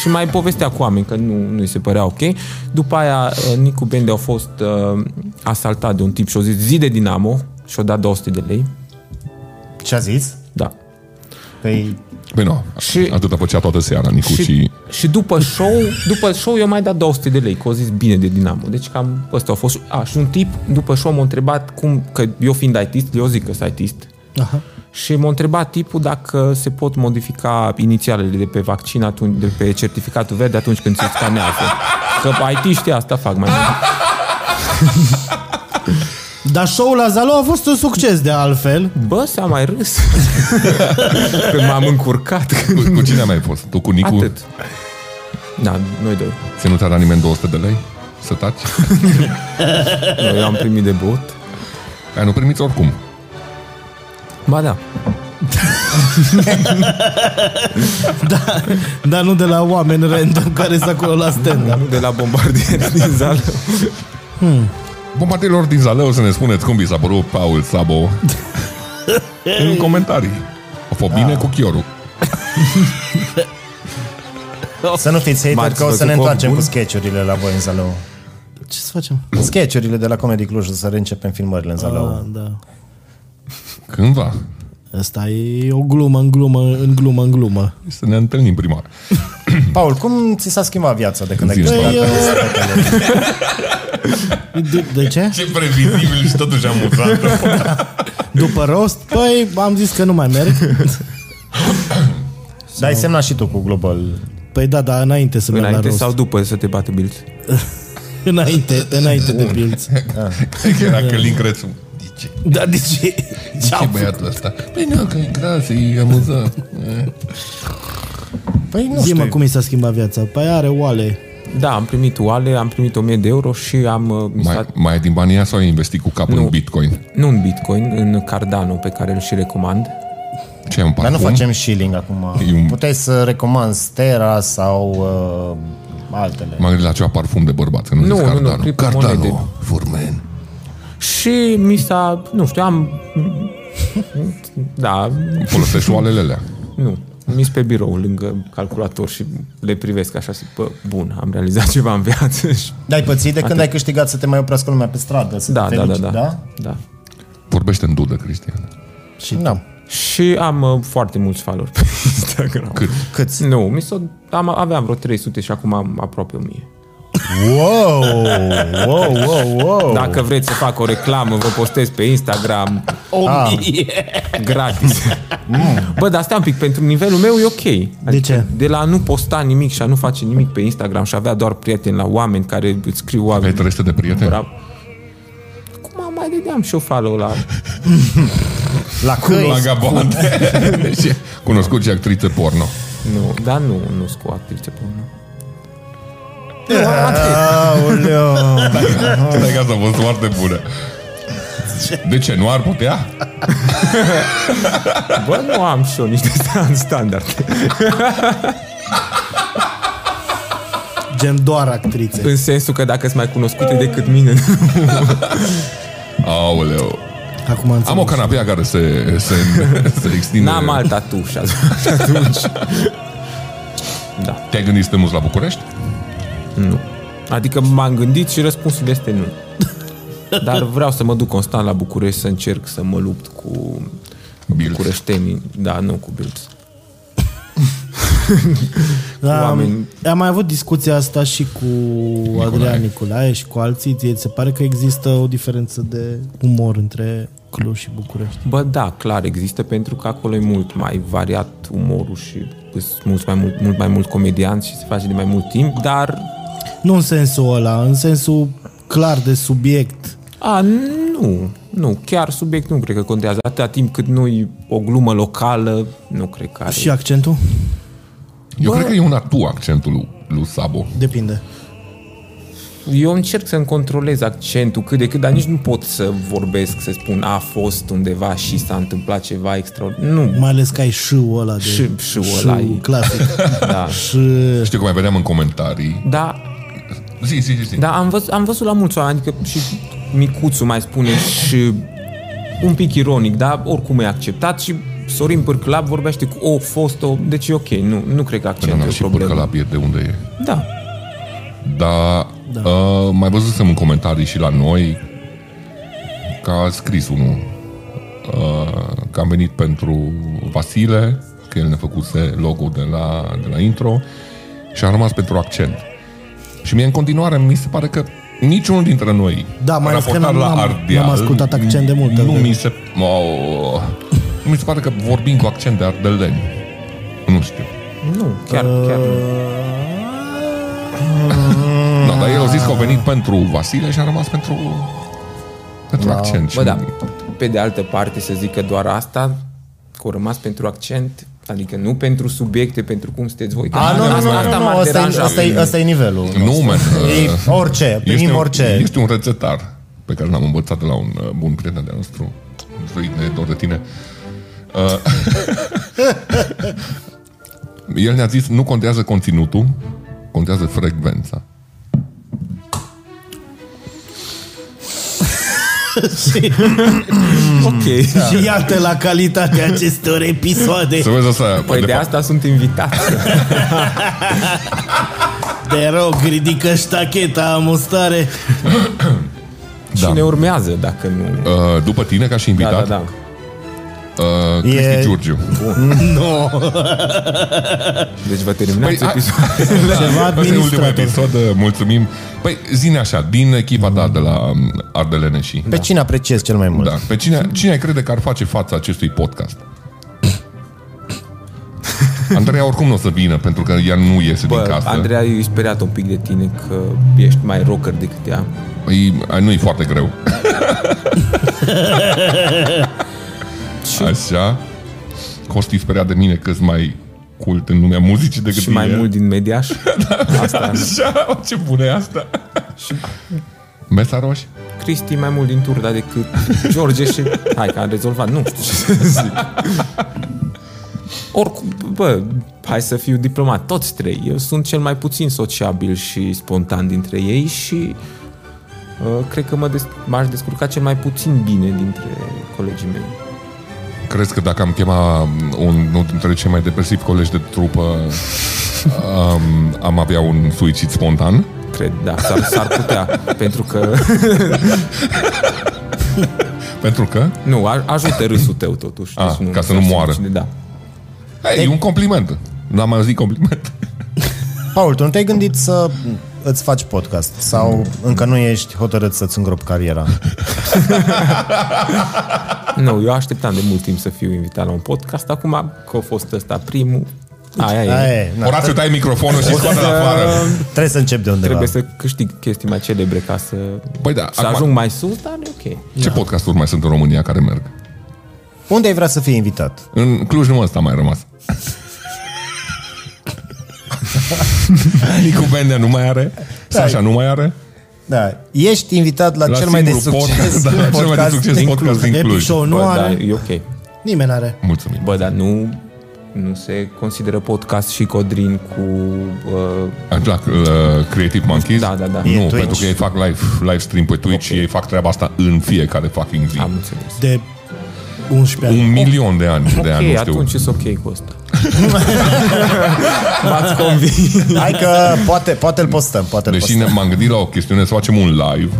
[SPEAKER 4] și mai povestea cu oameni că nu, nu îi se părea ok. După aia, uh, Nicu Bende a fost uh, asaltat de un tip și a zis zi de Dinamo și a dat 200 de lei.
[SPEAKER 3] Ce-a zis?
[SPEAKER 4] Da.
[SPEAKER 3] Păi,
[SPEAKER 1] Păi nu,
[SPEAKER 4] Și-
[SPEAKER 1] atâta făcea toată seara, Nicu și...
[SPEAKER 4] Și, și după show, după show eu mai dat 200 de lei, că o zis bine de Dinamo. Deci cam ăsta a fost. A, și un tip după show m-a întrebat cum, că eu fiind ITist, eu zic că sunt ITist,
[SPEAKER 2] Aha.
[SPEAKER 4] și m-a întrebat tipul dacă se pot modifica inițialele de pe vaccin, atunci, de pe certificatul verde atunci când se scanează. Că IT știe asta fac mai mult.
[SPEAKER 2] Dar show-ul la Zalău a fost un succes de altfel.
[SPEAKER 4] Bă, s-a mai râs. Când m-am încurcat.
[SPEAKER 1] Cu, cu cine ai mai fost? Tu cu Nicu?
[SPEAKER 4] Atât. Da, noi doi.
[SPEAKER 1] Ți nu ți-a dat nimeni 200 de lei? Să taci?
[SPEAKER 4] Noi am primit de bot.
[SPEAKER 1] Aia nu primiți oricum.
[SPEAKER 4] Ba da.
[SPEAKER 2] Dar nu de la oameni random care sunt acolo la stand
[SPEAKER 4] De la bombardier din sală.
[SPEAKER 1] Bombarderilor din Zaleu să ne spuneți cum vi s-a părut Paul Sabo în comentarii. A fost bine cu Chioru.
[SPEAKER 3] Să nu fiți hater
[SPEAKER 4] M-ați
[SPEAKER 3] că o să
[SPEAKER 4] văzut
[SPEAKER 3] ne
[SPEAKER 4] cu
[SPEAKER 3] întoarcem
[SPEAKER 4] ochi
[SPEAKER 3] cu
[SPEAKER 4] buni?
[SPEAKER 3] sketchurile la voi în Zalău.
[SPEAKER 2] Ce să facem?
[SPEAKER 3] Sketchurile de la Comedy Cluj, o să reîncepem filmările în Zalău.
[SPEAKER 2] Ah, da.
[SPEAKER 1] Cândva.
[SPEAKER 2] Asta e o glumă în glumă, în glumă în glumă.
[SPEAKER 1] Să ne întâlnim primar.
[SPEAKER 3] Paul, cum ți s-a schimbat viața de când ai
[SPEAKER 1] Zine,
[SPEAKER 3] călcat?
[SPEAKER 1] Paul.
[SPEAKER 2] Păi, De, de ce?
[SPEAKER 1] Ce previzibil și totuși amuzant.
[SPEAKER 2] După rost? Păi am zis că nu mai merg.
[SPEAKER 3] Dar ai Păi, semnat și tu cu Global.
[SPEAKER 2] Păi da, dar înainte să merg la
[SPEAKER 4] Înainte
[SPEAKER 2] rost.
[SPEAKER 4] sau după să te bată Bills?
[SPEAKER 2] Înainte, înainte de Bills.
[SPEAKER 1] Era Călin Crețu. De ce?
[SPEAKER 2] Da, de ce? Ce
[SPEAKER 1] Ce
[SPEAKER 2] am
[SPEAKER 1] băiatul ăsta? Păi nu, că e gras, e amuzant.
[SPEAKER 3] Păi nu
[SPEAKER 2] făcut? Zi-mă
[SPEAKER 3] știu.
[SPEAKER 2] cum i s-a schimbat viața. Păi are oale.
[SPEAKER 4] Da, am primit oale, am primit 1000 de euro și am uh, mi s-a
[SPEAKER 1] Mai, mai ai din banii aia sau ai investit cu capul nu. în bitcoin?
[SPEAKER 4] Nu în Bitcoin, în Cardano pe care îl și recomand.
[SPEAKER 1] Ce ai un
[SPEAKER 3] Dar
[SPEAKER 1] parfum?
[SPEAKER 3] nu facem shilling acum.
[SPEAKER 1] un-
[SPEAKER 3] Puteai să recomanzi Terra sau uh, altele.
[SPEAKER 1] M-am gândit la ceva parfum de bărbat, să nu,
[SPEAKER 4] Nu,
[SPEAKER 1] zici
[SPEAKER 4] nu, nu,
[SPEAKER 1] Cardano.
[SPEAKER 4] criptomonede.
[SPEAKER 1] Cardano, furmen.
[SPEAKER 4] Și mi s-a, nu știu, am... Da,
[SPEAKER 1] Folosești oalele alea.
[SPEAKER 4] nu. Mis pe birou lângă calculator și le privesc așa și bă, bun, am realizat ceva în viață și...
[SPEAKER 3] Dar ai pățit de când ai câștigat să te mai oprească lumea pe stradă, să
[SPEAKER 4] Da,
[SPEAKER 3] te
[SPEAKER 4] da, da,
[SPEAKER 3] ferici,
[SPEAKER 4] da,
[SPEAKER 3] da?
[SPEAKER 4] da.
[SPEAKER 1] Vorbește în dudă, Cristian.
[SPEAKER 3] Și da.
[SPEAKER 4] Și am uh, foarte mulți followeri pe Instagram. Cât?
[SPEAKER 3] Câți?
[SPEAKER 4] Nu, mi s-o, am, aveam vreo 300 și acum am aproape 1000.
[SPEAKER 3] Wow! Wow, wow, wow!
[SPEAKER 4] Dacă vreți să fac o reclamă, vă postez pe Instagram
[SPEAKER 2] O
[SPEAKER 3] Ah. Mm.
[SPEAKER 2] mie.
[SPEAKER 4] gratis. Bă, dar stai un pic, pentru nivelul meu e ok. Adică
[SPEAKER 2] ce?
[SPEAKER 4] De la a nu posta nimic și a nu face nimic pe Instagram și avea doar prieteni la oameni care îți scriu
[SPEAKER 1] Ai
[SPEAKER 4] oameni.
[SPEAKER 1] 300 de prieteni?
[SPEAKER 4] Bra- Cum am mai dădeam și eu follow la...
[SPEAKER 3] La căi,
[SPEAKER 1] Vagabond. Și Deci, Cunoscut și actriță porno.
[SPEAKER 4] Nu, dar nu, nu sunt cu actrițe porno. Nu, am atât.
[SPEAKER 3] Aoleu.
[SPEAKER 1] Stai că asta a fost foarte bună. De ce? Nu ar putea?
[SPEAKER 4] Bă, nu am și eu niște stand- standarde.
[SPEAKER 2] Gen doar actrițe.
[SPEAKER 4] În sensul că dacă sunt mai cunoscute decât mine,
[SPEAKER 1] Aoleu.
[SPEAKER 2] Acum înțeleg.
[SPEAKER 1] Am o canapea care se, se, se extinde.
[SPEAKER 4] n-am alt tatu și atunci. Da.
[SPEAKER 1] Te-ai gândit să te muți la București?
[SPEAKER 4] Nu. Adică m-am gândit și răspunsul este nu. Dar vreau să mă duc constant la București să încerc să mă lupt cu
[SPEAKER 1] Bilț.
[SPEAKER 4] bucureștenii. Da, nu cu Bilț.
[SPEAKER 2] Da, am,
[SPEAKER 4] oameni.
[SPEAKER 2] am mai avut discuția asta și cu Nicolae. Adrian Nicolae și cu alții. Ție ți se pare că există o diferență de umor între Cluj și București?
[SPEAKER 4] Bă, da, clar există, pentru că acolo e mult mai variat umorul și sunt mulți mai mult, mult mai mult comedianți și se face de mai mult timp, dar
[SPEAKER 2] Nu în sensul ăla, în sensul clar de subiect.
[SPEAKER 4] a, nu, nu, chiar subiect nu cred că contează. Atâta timp cât nu-i o glumă locală, nu cred că are.
[SPEAKER 2] Și accentul?
[SPEAKER 1] Eu cred că e una tu accentul lui, lui Sabo.
[SPEAKER 2] Depinde.
[SPEAKER 4] Eu încerc să-mi controlez accentul cât de cât, dar nici nu pot să vorbesc, să spun a fost undeva și s-a întâmplat ceva extraordinar. Nu.
[SPEAKER 2] Mai ales că ai șâul ăla de...
[SPEAKER 4] Ș- șâul ăla e-
[SPEAKER 2] clasic.
[SPEAKER 4] Da.
[SPEAKER 2] Și
[SPEAKER 1] Știu că mai vedeam în comentarii.
[SPEAKER 4] Da,
[SPEAKER 1] Zi, zi, zi, zi.
[SPEAKER 4] da am, văz, am văzut la mulți oameni, adică și micuțul mai spune și un pic ironic, dar oricum e acceptat și Sorin Pârclab vorbește cu o fost o, deci e ok, nu, nu cred că
[SPEAKER 1] Până
[SPEAKER 4] accentul
[SPEAKER 1] n-am
[SPEAKER 4] e
[SPEAKER 1] și
[SPEAKER 4] o problemă.
[SPEAKER 1] pârcălap e de unde e.
[SPEAKER 4] Da.
[SPEAKER 1] Dar da. uh, mai văzusem în comentarii și la noi că a scris unul uh, că am venit pentru Vasile, că el ne făcuse logo de la, de la intro și am rămas pentru accent. Și mie în continuare mi se pare că niciunul dintre noi
[SPEAKER 2] Da, mai ales că
[SPEAKER 1] raportat
[SPEAKER 2] n-am-
[SPEAKER 1] la
[SPEAKER 2] n-am-
[SPEAKER 1] Ardeal,
[SPEAKER 2] n-am ascultat accent de multe
[SPEAKER 1] Nu
[SPEAKER 2] ori.
[SPEAKER 1] mi se... Oh, nu mi se pare că vorbim cu accent de ardeleni. Nu știu.
[SPEAKER 4] Nu, chiar, chiar nu.
[SPEAKER 1] Da, dar el a zis
[SPEAKER 4] Ah.
[SPEAKER 1] că a venit pentru Vasile și a rămas pentru, pentru accent.
[SPEAKER 4] Da, Bă,
[SPEAKER 1] Și
[SPEAKER 4] da. Pe de altă parte, să zic că doar asta, că au rămas pentru accent, Adică nu pentru subiecte, pentru cum sunteți voi. că
[SPEAKER 3] A, Ah, nu, nu,
[SPEAKER 4] asta-
[SPEAKER 3] nu,
[SPEAKER 4] asta
[SPEAKER 3] nu,
[SPEAKER 4] m-ar
[SPEAKER 3] nu, asta e-
[SPEAKER 4] deranja
[SPEAKER 3] asta
[SPEAKER 4] pe
[SPEAKER 3] e-
[SPEAKER 4] mine.
[SPEAKER 3] asta e nivelul.
[SPEAKER 1] Nu, man.
[SPEAKER 3] E
[SPEAKER 1] uh,
[SPEAKER 3] orice, primim
[SPEAKER 1] un,
[SPEAKER 3] orice.
[SPEAKER 1] ești un rețetar pe care l-am învățat de la un uh, bun prieten de nostru. Druid, ne e dor de tine. Uh, el ne-a zis, nu contează conținutul, contează frecvența.
[SPEAKER 3] Mm.
[SPEAKER 4] Ok.
[SPEAKER 3] Da.
[SPEAKER 2] Și iată la calitatea acestor episoade
[SPEAKER 1] Să vezi asta.
[SPEAKER 4] Păi de,
[SPEAKER 1] fapt,
[SPEAKER 4] asta sunt
[SPEAKER 1] Da.
[SPEAKER 4] invitat.
[SPEAKER 2] Te rog, ridică ștacheta, amustare
[SPEAKER 4] Și ne urmează dacă nu.
[SPEAKER 1] uh, după tine, ca și
[SPEAKER 4] Da,
[SPEAKER 1] invitat,
[SPEAKER 4] da, da.
[SPEAKER 1] Uh, Cristi
[SPEAKER 3] E-
[SPEAKER 1] Giurgiu.
[SPEAKER 4] Deci vă terminați
[SPEAKER 1] Păi, a-
[SPEAKER 4] episodul.
[SPEAKER 2] Ceva
[SPEAKER 1] Asta e ultimul
[SPEAKER 2] administrator
[SPEAKER 1] episod, uh, mulțumim. Păi, zine așa, din echipa ta de la um, Ardelene și...
[SPEAKER 3] Pe cine apreciez cel mai mult?
[SPEAKER 1] Da. Pe cine, cine crede că ar face fața acestui podcast? Andreea oricum nu o să vină, pentru că ea nu iese din
[SPEAKER 4] Bă,
[SPEAKER 1] casă.
[SPEAKER 4] Andreea, eu speriat un pic de tine că ești mai rocker decât ea.
[SPEAKER 1] Păi, a, nu e foarte greu. Așa. Costi speria de mine că mai cult în lumea muzicii decât
[SPEAKER 4] Și mai
[SPEAKER 1] el.
[SPEAKER 4] mult din mediaș. Asta.
[SPEAKER 1] Așa, ce bună e asta. Mesa roșie?
[SPEAKER 4] Cristi mai mult din turda decât George și... Hai că am rezolvat, nu știu ce să zic. Oricum, bă, hai să fiu diplomat, toți trei. Eu sunt cel mai puțin sociabil și spontan dintre ei și uh, cred că mă des- m-aș descurca cel mai puțin bine dintre colegii mei.
[SPEAKER 1] Crezi că dacă am chema unul dintre cei mai depresivi colegi de trupă, um, am avea un suicid spontan?
[SPEAKER 4] Cred, da, s-ar, s-ar putea, pentru că...
[SPEAKER 1] Pentru că
[SPEAKER 4] Nu, a- ajută râsul tău totuși. deci
[SPEAKER 1] Ah, ca să nu moară.
[SPEAKER 4] Cine, da.
[SPEAKER 1] Hai, e un compliment. N-am mai zis compliment.
[SPEAKER 3] Paul, tu nu te-ai gândit să îți faci podcast? Sau încă nu ești hotărât să-ți îngropi cariera?
[SPEAKER 4] Nu, eu așteptam de mult timp să fiu invitat la un podcast. Acum că a fost ăsta primul, aia e.
[SPEAKER 3] Aia e, na.
[SPEAKER 1] Horațiu, tai microfonul și scoate la afară.
[SPEAKER 3] Trebuie să încep de undeva.
[SPEAKER 4] Trebuie să câștig chestii mai celebre ca să,
[SPEAKER 1] Păi da,
[SPEAKER 4] să
[SPEAKER 1] acum-
[SPEAKER 4] ajung mai sus, dar e ok.
[SPEAKER 3] Da.
[SPEAKER 1] Ce podcasturi mai sunt în România care merg?
[SPEAKER 3] Unde ai vrea să fii invitat?
[SPEAKER 1] În Cluj nu ăsta a mai rămas. Nicu Bendea nu mai are. Sasha nu mai are.
[SPEAKER 3] Da, ești invitat la,
[SPEAKER 1] La
[SPEAKER 3] cel mai de
[SPEAKER 1] singurul
[SPEAKER 3] succes
[SPEAKER 1] podcast, da, la cel mai de
[SPEAKER 3] podcast
[SPEAKER 1] succes
[SPEAKER 3] din
[SPEAKER 1] podcast
[SPEAKER 3] Cluj.
[SPEAKER 1] din Cluj.
[SPEAKER 2] Epic show nu
[SPEAKER 4] Bă, da,
[SPEAKER 2] are
[SPEAKER 4] e ok.
[SPEAKER 2] Nimeni are
[SPEAKER 1] Mulțumim.
[SPEAKER 4] Bă, dar nu, nu se consideră podcast și Codrin cu... Uh,
[SPEAKER 1] La uh, Creative Monkeys?
[SPEAKER 4] Da, da, da.
[SPEAKER 1] Nu,
[SPEAKER 4] E
[SPEAKER 1] Twitch.
[SPEAKER 3] Twitch.
[SPEAKER 1] pentru că ei fac live, live stream pe Twitch okay. și ei fac treaba asta în fiecare fucking zi.
[SPEAKER 4] am
[SPEAKER 1] Am.
[SPEAKER 4] înțeles.
[SPEAKER 2] De 11 ani
[SPEAKER 1] Un milion de ani, de ani,
[SPEAKER 4] Ok,
[SPEAKER 1] nu știu.
[SPEAKER 4] atunci sunt ok cu asta. M-ați convins.
[SPEAKER 3] Hai că poate, poate îl postăm, poate îl
[SPEAKER 1] Deși
[SPEAKER 3] postăm.
[SPEAKER 1] ne, m-am gândit la o chestiune, să facem un live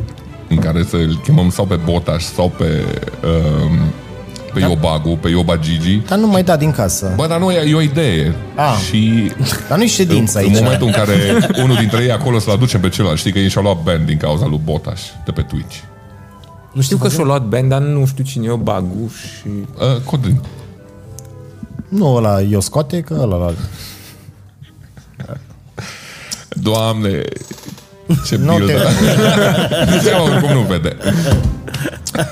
[SPEAKER 1] în care să-l chemăm sau pe Botaș sau pe, uh, pe da. Iobagu, pe Ioba Gigi.
[SPEAKER 3] Dar nu mai da din casă.
[SPEAKER 1] Bă, dar nu, e, e o idee.
[SPEAKER 3] Ah.
[SPEAKER 1] Și
[SPEAKER 3] Dar nu-i ședință
[SPEAKER 1] în
[SPEAKER 3] aici.
[SPEAKER 1] momentul în care unul dintre ei acolo să-l aducem pe celălalt, știi că ei și-au luat band din cauza lui Botaș de pe Twitch.
[SPEAKER 4] Nu știu că și-a luat band, dar nu știu cine e o bagu și...
[SPEAKER 1] Uh, Codrin.
[SPEAKER 3] Nu ăla eu scoate, că ăla la...
[SPEAKER 1] Doamne, ce da.
[SPEAKER 3] Nu
[SPEAKER 1] bildă. Ce oricum nu vede.
[SPEAKER 2] Da.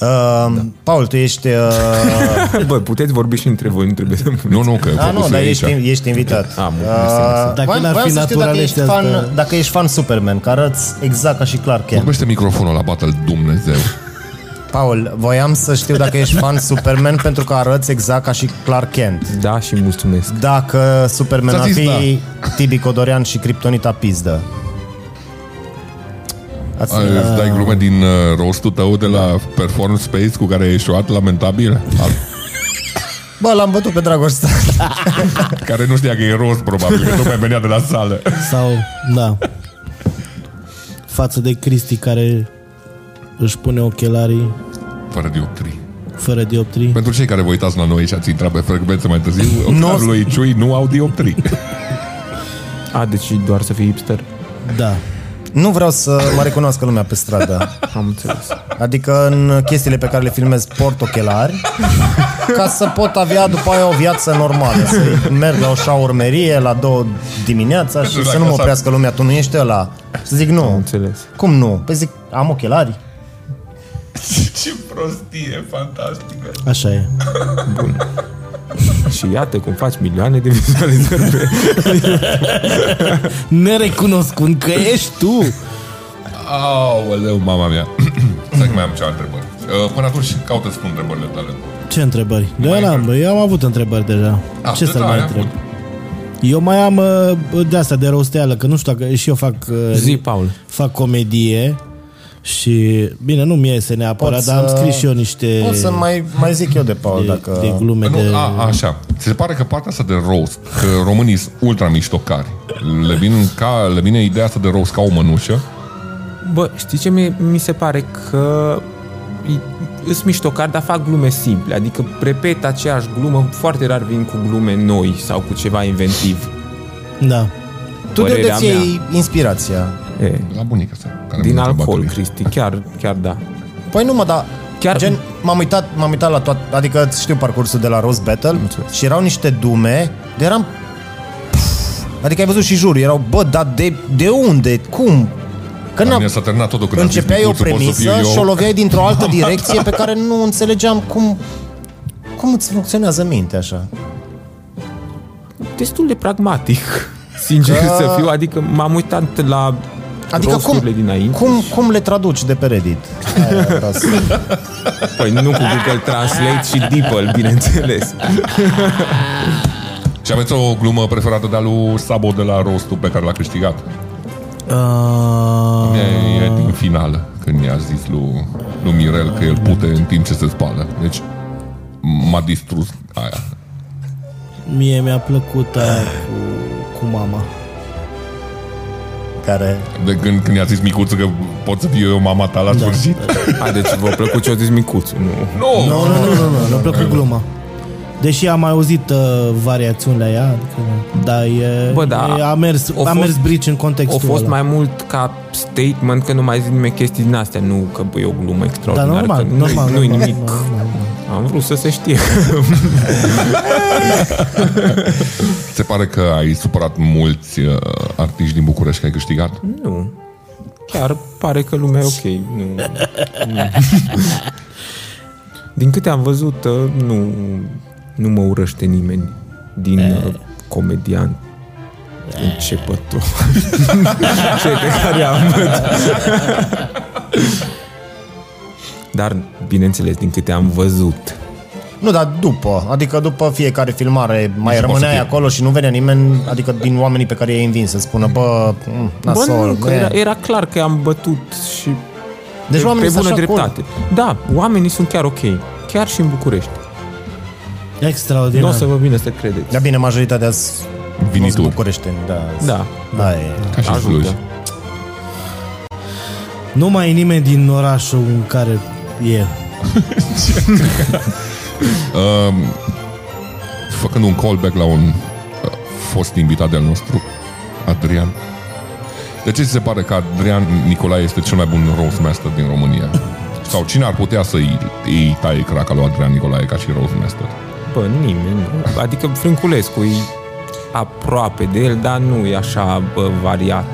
[SPEAKER 3] Uh, Paul, tu ești... Uh,
[SPEAKER 4] Bă, puteți vorbi și între voi, nu trebuie să mă...
[SPEAKER 1] Nu, nu, că
[SPEAKER 3] A, Ah, nu,
[SPEAKER 1] focusul e
[SPEAKER 3] dar
[SPEAKER 1] aici.
[SPEAKER 3] ești, ești invitat.
[SPEAKER 4] Ah, bun, mersi, mersi.
[SPEAKER 3] Uh,
[SPEAKER 2] Dacă
[SPEAKER 3] voiam-
[SPEAKER 2] n-ar
[SPEAKER 3] voiam
[SPEAKER 2] fi
[SPEAKER 3] să știu dacă ești,
[SPEAKER 2] naturalește asta-
[SPEAKER 3] fan, dacă ești fan Superman, că arăți exact ca și Clark Kent.
[SPEAKER 1] Vorbește microfonul la battle Dumnezeu.
[SPEAKER 3] Paul, voiam să știu dacă ești fan Superman pentru că arăți exact ca și Clark Kent.
[SPEAKER 4] Da, și mulțumesc.
[SPEAKER 3] Dacă Superman
[SPEAKER 1] S-a
[SPEAKER 3] ar
[SPEAKER 1] zis
[SPEAKER 3] fi Tibi Codorian și Kryptonita Pizdă. Ați,
[SPEAKER 1] A, Îți dai glume din uh, rostul tău de la Performance Space cu care ai ieșuat lamentabil? Al-
[SPEAKER 3] bă, l-am bătut pe Dragoș Stan.
[SPEAKER 1] Care nu știa că e rost, probabil, că tocmai venea de la sală.
[SPEAKER 2] Sau, da Față de Cristi care își pune ochelarii
[SPEAKER 1] Fără dioptrii.
[SPEAKER 2] fără dioptrii
[SPEAKER 1] Pentru cei care vă uitați la noi și ați intrat pe frecvență mai târziu, ochelarii lui Ciui nu au dioptrii.
[SPEAKER 4] A, deci doar să fii hipster?
[SPEAKER 2] Da
[SPEAKER 3] Nu vreau să mă recunoască lumea pe stradă.
[SPEAKER 4] Am înțeles.
[SPEAKER 3] Adică în chestiile pe care le filmez port ochelari ca să pot avea după aia o viață normală. Să merg la o șaurmerie la două dimineața și
[SPEAKER 1] Pentru
[SPEAKER 3] să
[SPEAKER 1] dacă
[SPEAKER 3] nu mă
[SPEAKER 1] s-ar-
[SPEAKER 3] oprească lumea. Tu nu ești ăla. Să zic nu.
[SPEAKER 4] înțeles.
[SPEAKER 3] Cum nu? Păi zic, am ochelari.
[SPEAKER 1] Ce prostie fantastică.
[SPEAKER 2] Așa e.
[SPEAKER 4] Și iată cum faci milioane de vizualizări pe...
[SPEAKER 2] Nerecunoscând că ești tu.
[SPEAKER 1] Aoleu, mama mea. Stai că mai am ceva întrebări. Uh, Până atunci caută-ți cu întrebările tale.
[SPEAKER 2] Ce întrebări? De ăla,
[SPEAKER 1] am.
[SPEAKER 2] bă, eu am avut întrebări deja. Ce
[SPEAKER 1] Atâta
[SPEAKER 2] să
[SPEAKER 1] ai
[SPEAKER 2] mai întreb?
[SPEAKER 1] avut.
[SPEAKER 2] Eu mai am uh, de asta de rosteală, că nu știu dacă și eu fac uh,
[SPEAKER 4] Zi, Paul.
[SPEAKER 2] fac comedie și bine, nu mi iese neapărat,
[SPEAKER 3] Pot
[SPEAKER 2] dar am
[SPEAKER 3] să-
[SPEAKER 2] scris și eu niște
[SPEAKER 3] Pot să mai, mai zic eu de Paul dacă...
[SPEAKER 2] de glume de...
[SPEAKER 1] Nu, a, așa. Ți se pare că partea asta de roast, că românii sunt ultra miștocari, le vine, ca, le vine ideea asta de roast ca o mănușă,
[SPEAKER 4] Bă, știi ce mi, mi se pare? Că i- îs miștocari, dar da, fac glume simple. Adică repet aceeași glumă, foarte rar vin cu glume noi sau cu ceva inventiv.
[SPEAKER 2] Da.
[SPEAKER 3] Tu de unde
[SPEAKER 4] Părerea
[SPEAKER 3] ți iei inspirația?
[SPEAKER 4] E,
[SPEAKER 1] la bunica sa. care
[SPEAKER 4] din
[SPEAKER 1] mi-a întrebat
[SPEAKER 4] alcool,
[SPEAKER 1] lui.
[SPEAKER 4] Cristi, chiar, chiar da.
[SPEAKER 3] Păi nu mă, dar
[SPEAKER 4] Chiar-
[SPEAKER 3] Chiar... gen, m-am uitat, m-am uitat la toate, adică știu parcursul de la Rose Battle
[SPEAKER 4] Mulțumesc.
[SPEAKER 3] și erau niște dume, de eram... Pff, Adică ai văzut și jurul, erau, bă, dar de, de unde, cum? Că
[SPEAKER 1] La
[SPEAKER 3] n-am,
[SPEAKER 1] mine s-a terminat totul când am zis,
[SPEAKER 3] începeai o
[SPEAKER 1] "Micuțu, pot să
[SPEAKER 3] premisă
[SPEAKER 1] fiu eu."
[SPEAKER 3] și o loveai dintr-o altă direcție pe care nu înțelegeam cum... Cum îți funcționează mintea așa?
[SPEAKER 4] Destul de pragmatic, sincer
[SPEAKER 3] Că-
[SPEAKER 4] să fiu. Adică m-am uitat la
[SPEAKER 3] Adică cum,
[SPEAKER 4] rosturile dinainte.
[SPEAKER 3] cum, cum le traduci de pe Reddit? Aia vreau să-
[SPEAKER 4] Păi nu cu Google Translate și DeepL, bineînțeles.
[SPEAKER 1] Și aveți o glumă preferată de-a lui Sabo de la rostul pe care l-a câștigat.
[SPEAKER 2] Uh,
[SPEAKER 1] E, e din finală, când i-a zis lui, lui Mirel că el pute în timp ce se spală. Deci m-a distrus aia.
[SPEAKER 2] mie mi-a plăcut aia cu, cu mama.
[SPEAKER 3] care...
[SPEAKER 1] De când, când i-a zis micuță că pot să fiu eu mama ta la sfârșit.
[SPEAKER 4] A, deci vă plăcut ce-o zis micuțul, nu?
[SPEAKER 1] Nu!
[SPEAKER 2] Nu, nu, nu, nu, nu, mi-a plăcut gluma. Deși am mai auzit uh, variațiuni la ea, adică, da, e,
[SPEAKER 4] Bă, da,
[SPEAKER 2] e, a mers, a,
[SPEAKER 4] fost-
[SPEAKER 2] mers bridge în
[SPEAKER 4] A
[SPEAKER 2] contextul
[SPEAKER 4] fost
[SPEAKER 2] ăla.
[SPEAKER 4] mai mult ca statement că nu mai zic nimeni chestii din astea, nu că bă, e o glumă
[SPEAKER 2] Dar
[SPEAKER 4] extraordinară,
[SPEAKER 2] normal,
[SPEAKER 4] că
[SPEAKER 2] normal,
[SPEAKER 4] adică nu-i, nu-i
[SPEAKER 2] normal,
[SPEAKER 4] nimic.
[SPEAKER 2] normal, normal.
[SPEAKER 4] Am vrut să se știe.
[SPEAKER 1] Se pare că ai supărat mulți uh, artiști din București că ai câștigat?
[SPEAKER 4] nu. Chiar pare că lumea e ok. Nu. nu. Din câte am văzut, uh, nu, nu mă urăște nimeni din uh, comedian începător. Cei pe care am Dar, bineînțeles, din câte am văzut,
[SPEAKER 3] Nu, dar după, adică după fiecare filmare
[SPEAKER 1] Nici
[SPEAKER 3] mai
[SPEAKER 1] nu poți să
[SPEAKER 3] rămâneai
[SPEAKER 1] fie.
[SPEAKER 3] acolo și nu venea nimeni, adică din oamenii pe care i-ai învins să spună, bă, mm,
[SPEAKER 4] Bă,
[SPEAKER 3] nasol,
[SPEAKER 4] nu, că era,
[SPEAKER 3] bă,
[SPEAKER 4] era clar că am bătut și
[SPEAKER 3] Deci
[SPEAKER 4] pe,
[SPEAKER 3] oamenii
[SPEAKER 4] pe
[SPEAKER 3] sunt
[SPEAKER 4] bună
[SPEAKER 3] așa cool.
[SPEAKER 4] dreptate. Da, oamenii sunt chiar ok. Chiar și în București.
[SPEAKER 2] Extraordinar.
[SPEAKER 4] Nu o să vă vină să credeți.
[SPEAKER 3] Da, bine, majoritatea sunt
[SPEAKER 1] Vinituri.
[SPEAKER 3] nu-s bucureșteni, da.
[SPEAKER 4] Da.
[SPEAKER 3] Da, e.
[SPEAKER 1] Ca și în
[SPEAKER 4] Ajută.
[SPEAKER 1] Cluj.
[SPEAKER 2] Nu mai e nimeni din orașul în care e.
[SPEAKER 1] Făcând un callback la un uh, fost invitat al nostru, Adrian. De ce ți se pare că Adrian Nicolae este cel mai bun roastmaster din România? Sau cine ar putea să-i îi taie craca lui Adrian Nicolae ca și roastmaster?
[SPEAKER 4] Bă, nimeni. nu. Adică Frânculescu e aproape de el, dar nu e așa bă, variat.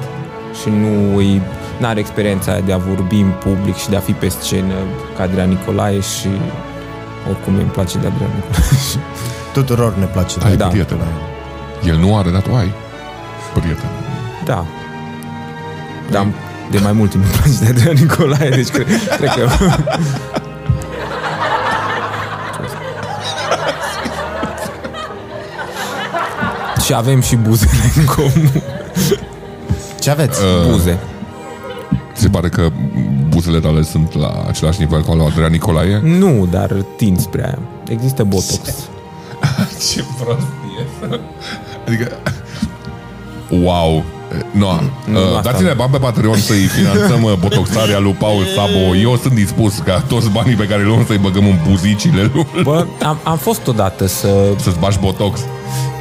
[SPEAKER 4] Și nu e, are experiența aia de a vorbi în public și de a fi pe scenă ca Adrian Nicolae și oricum îmi place de Adrian Nicolae.
[SPEAKER 3] Tuturor ne place.
[SPEAKER 1] Ai da.
[SPEAKER 4] Da.
[SPEAKER 1] prieten. El nu are, dar tu ai prieten.
[SPEAKER 4] Da. Dar de mai mult timp îmi place de Adrian Nicolae, deci cred, cred că... și avem și buzele în comun.
[SPEAKER 3] Ce aveți?
[SPEAKER 1] Uh,
[SPEAKER 4] Buze.
[SPEAKER 1] Ți se pare că buzele tale sunt la același nivel ca al lui Adrian Nicolae?
[SPEAKER 4] Nu, dar tind spre aia. Există botox.
[SPEAKER 1] Ce prostie. Adică... Wow! No, uh,
[SPEAKER 4] Mm, asta.
[SPEAKER 1] dați-ne bani pe Patreon să-i finanțăm uh, botoxarea lui Paul Sabo. Eu sunt dispus ca toți banii pe care îi luăm să-i băgăm în buzicile lui.
[SPEAKER 4] Bă, am, am fost odată să...
[SPEAKER 1] Să-ți bași botox.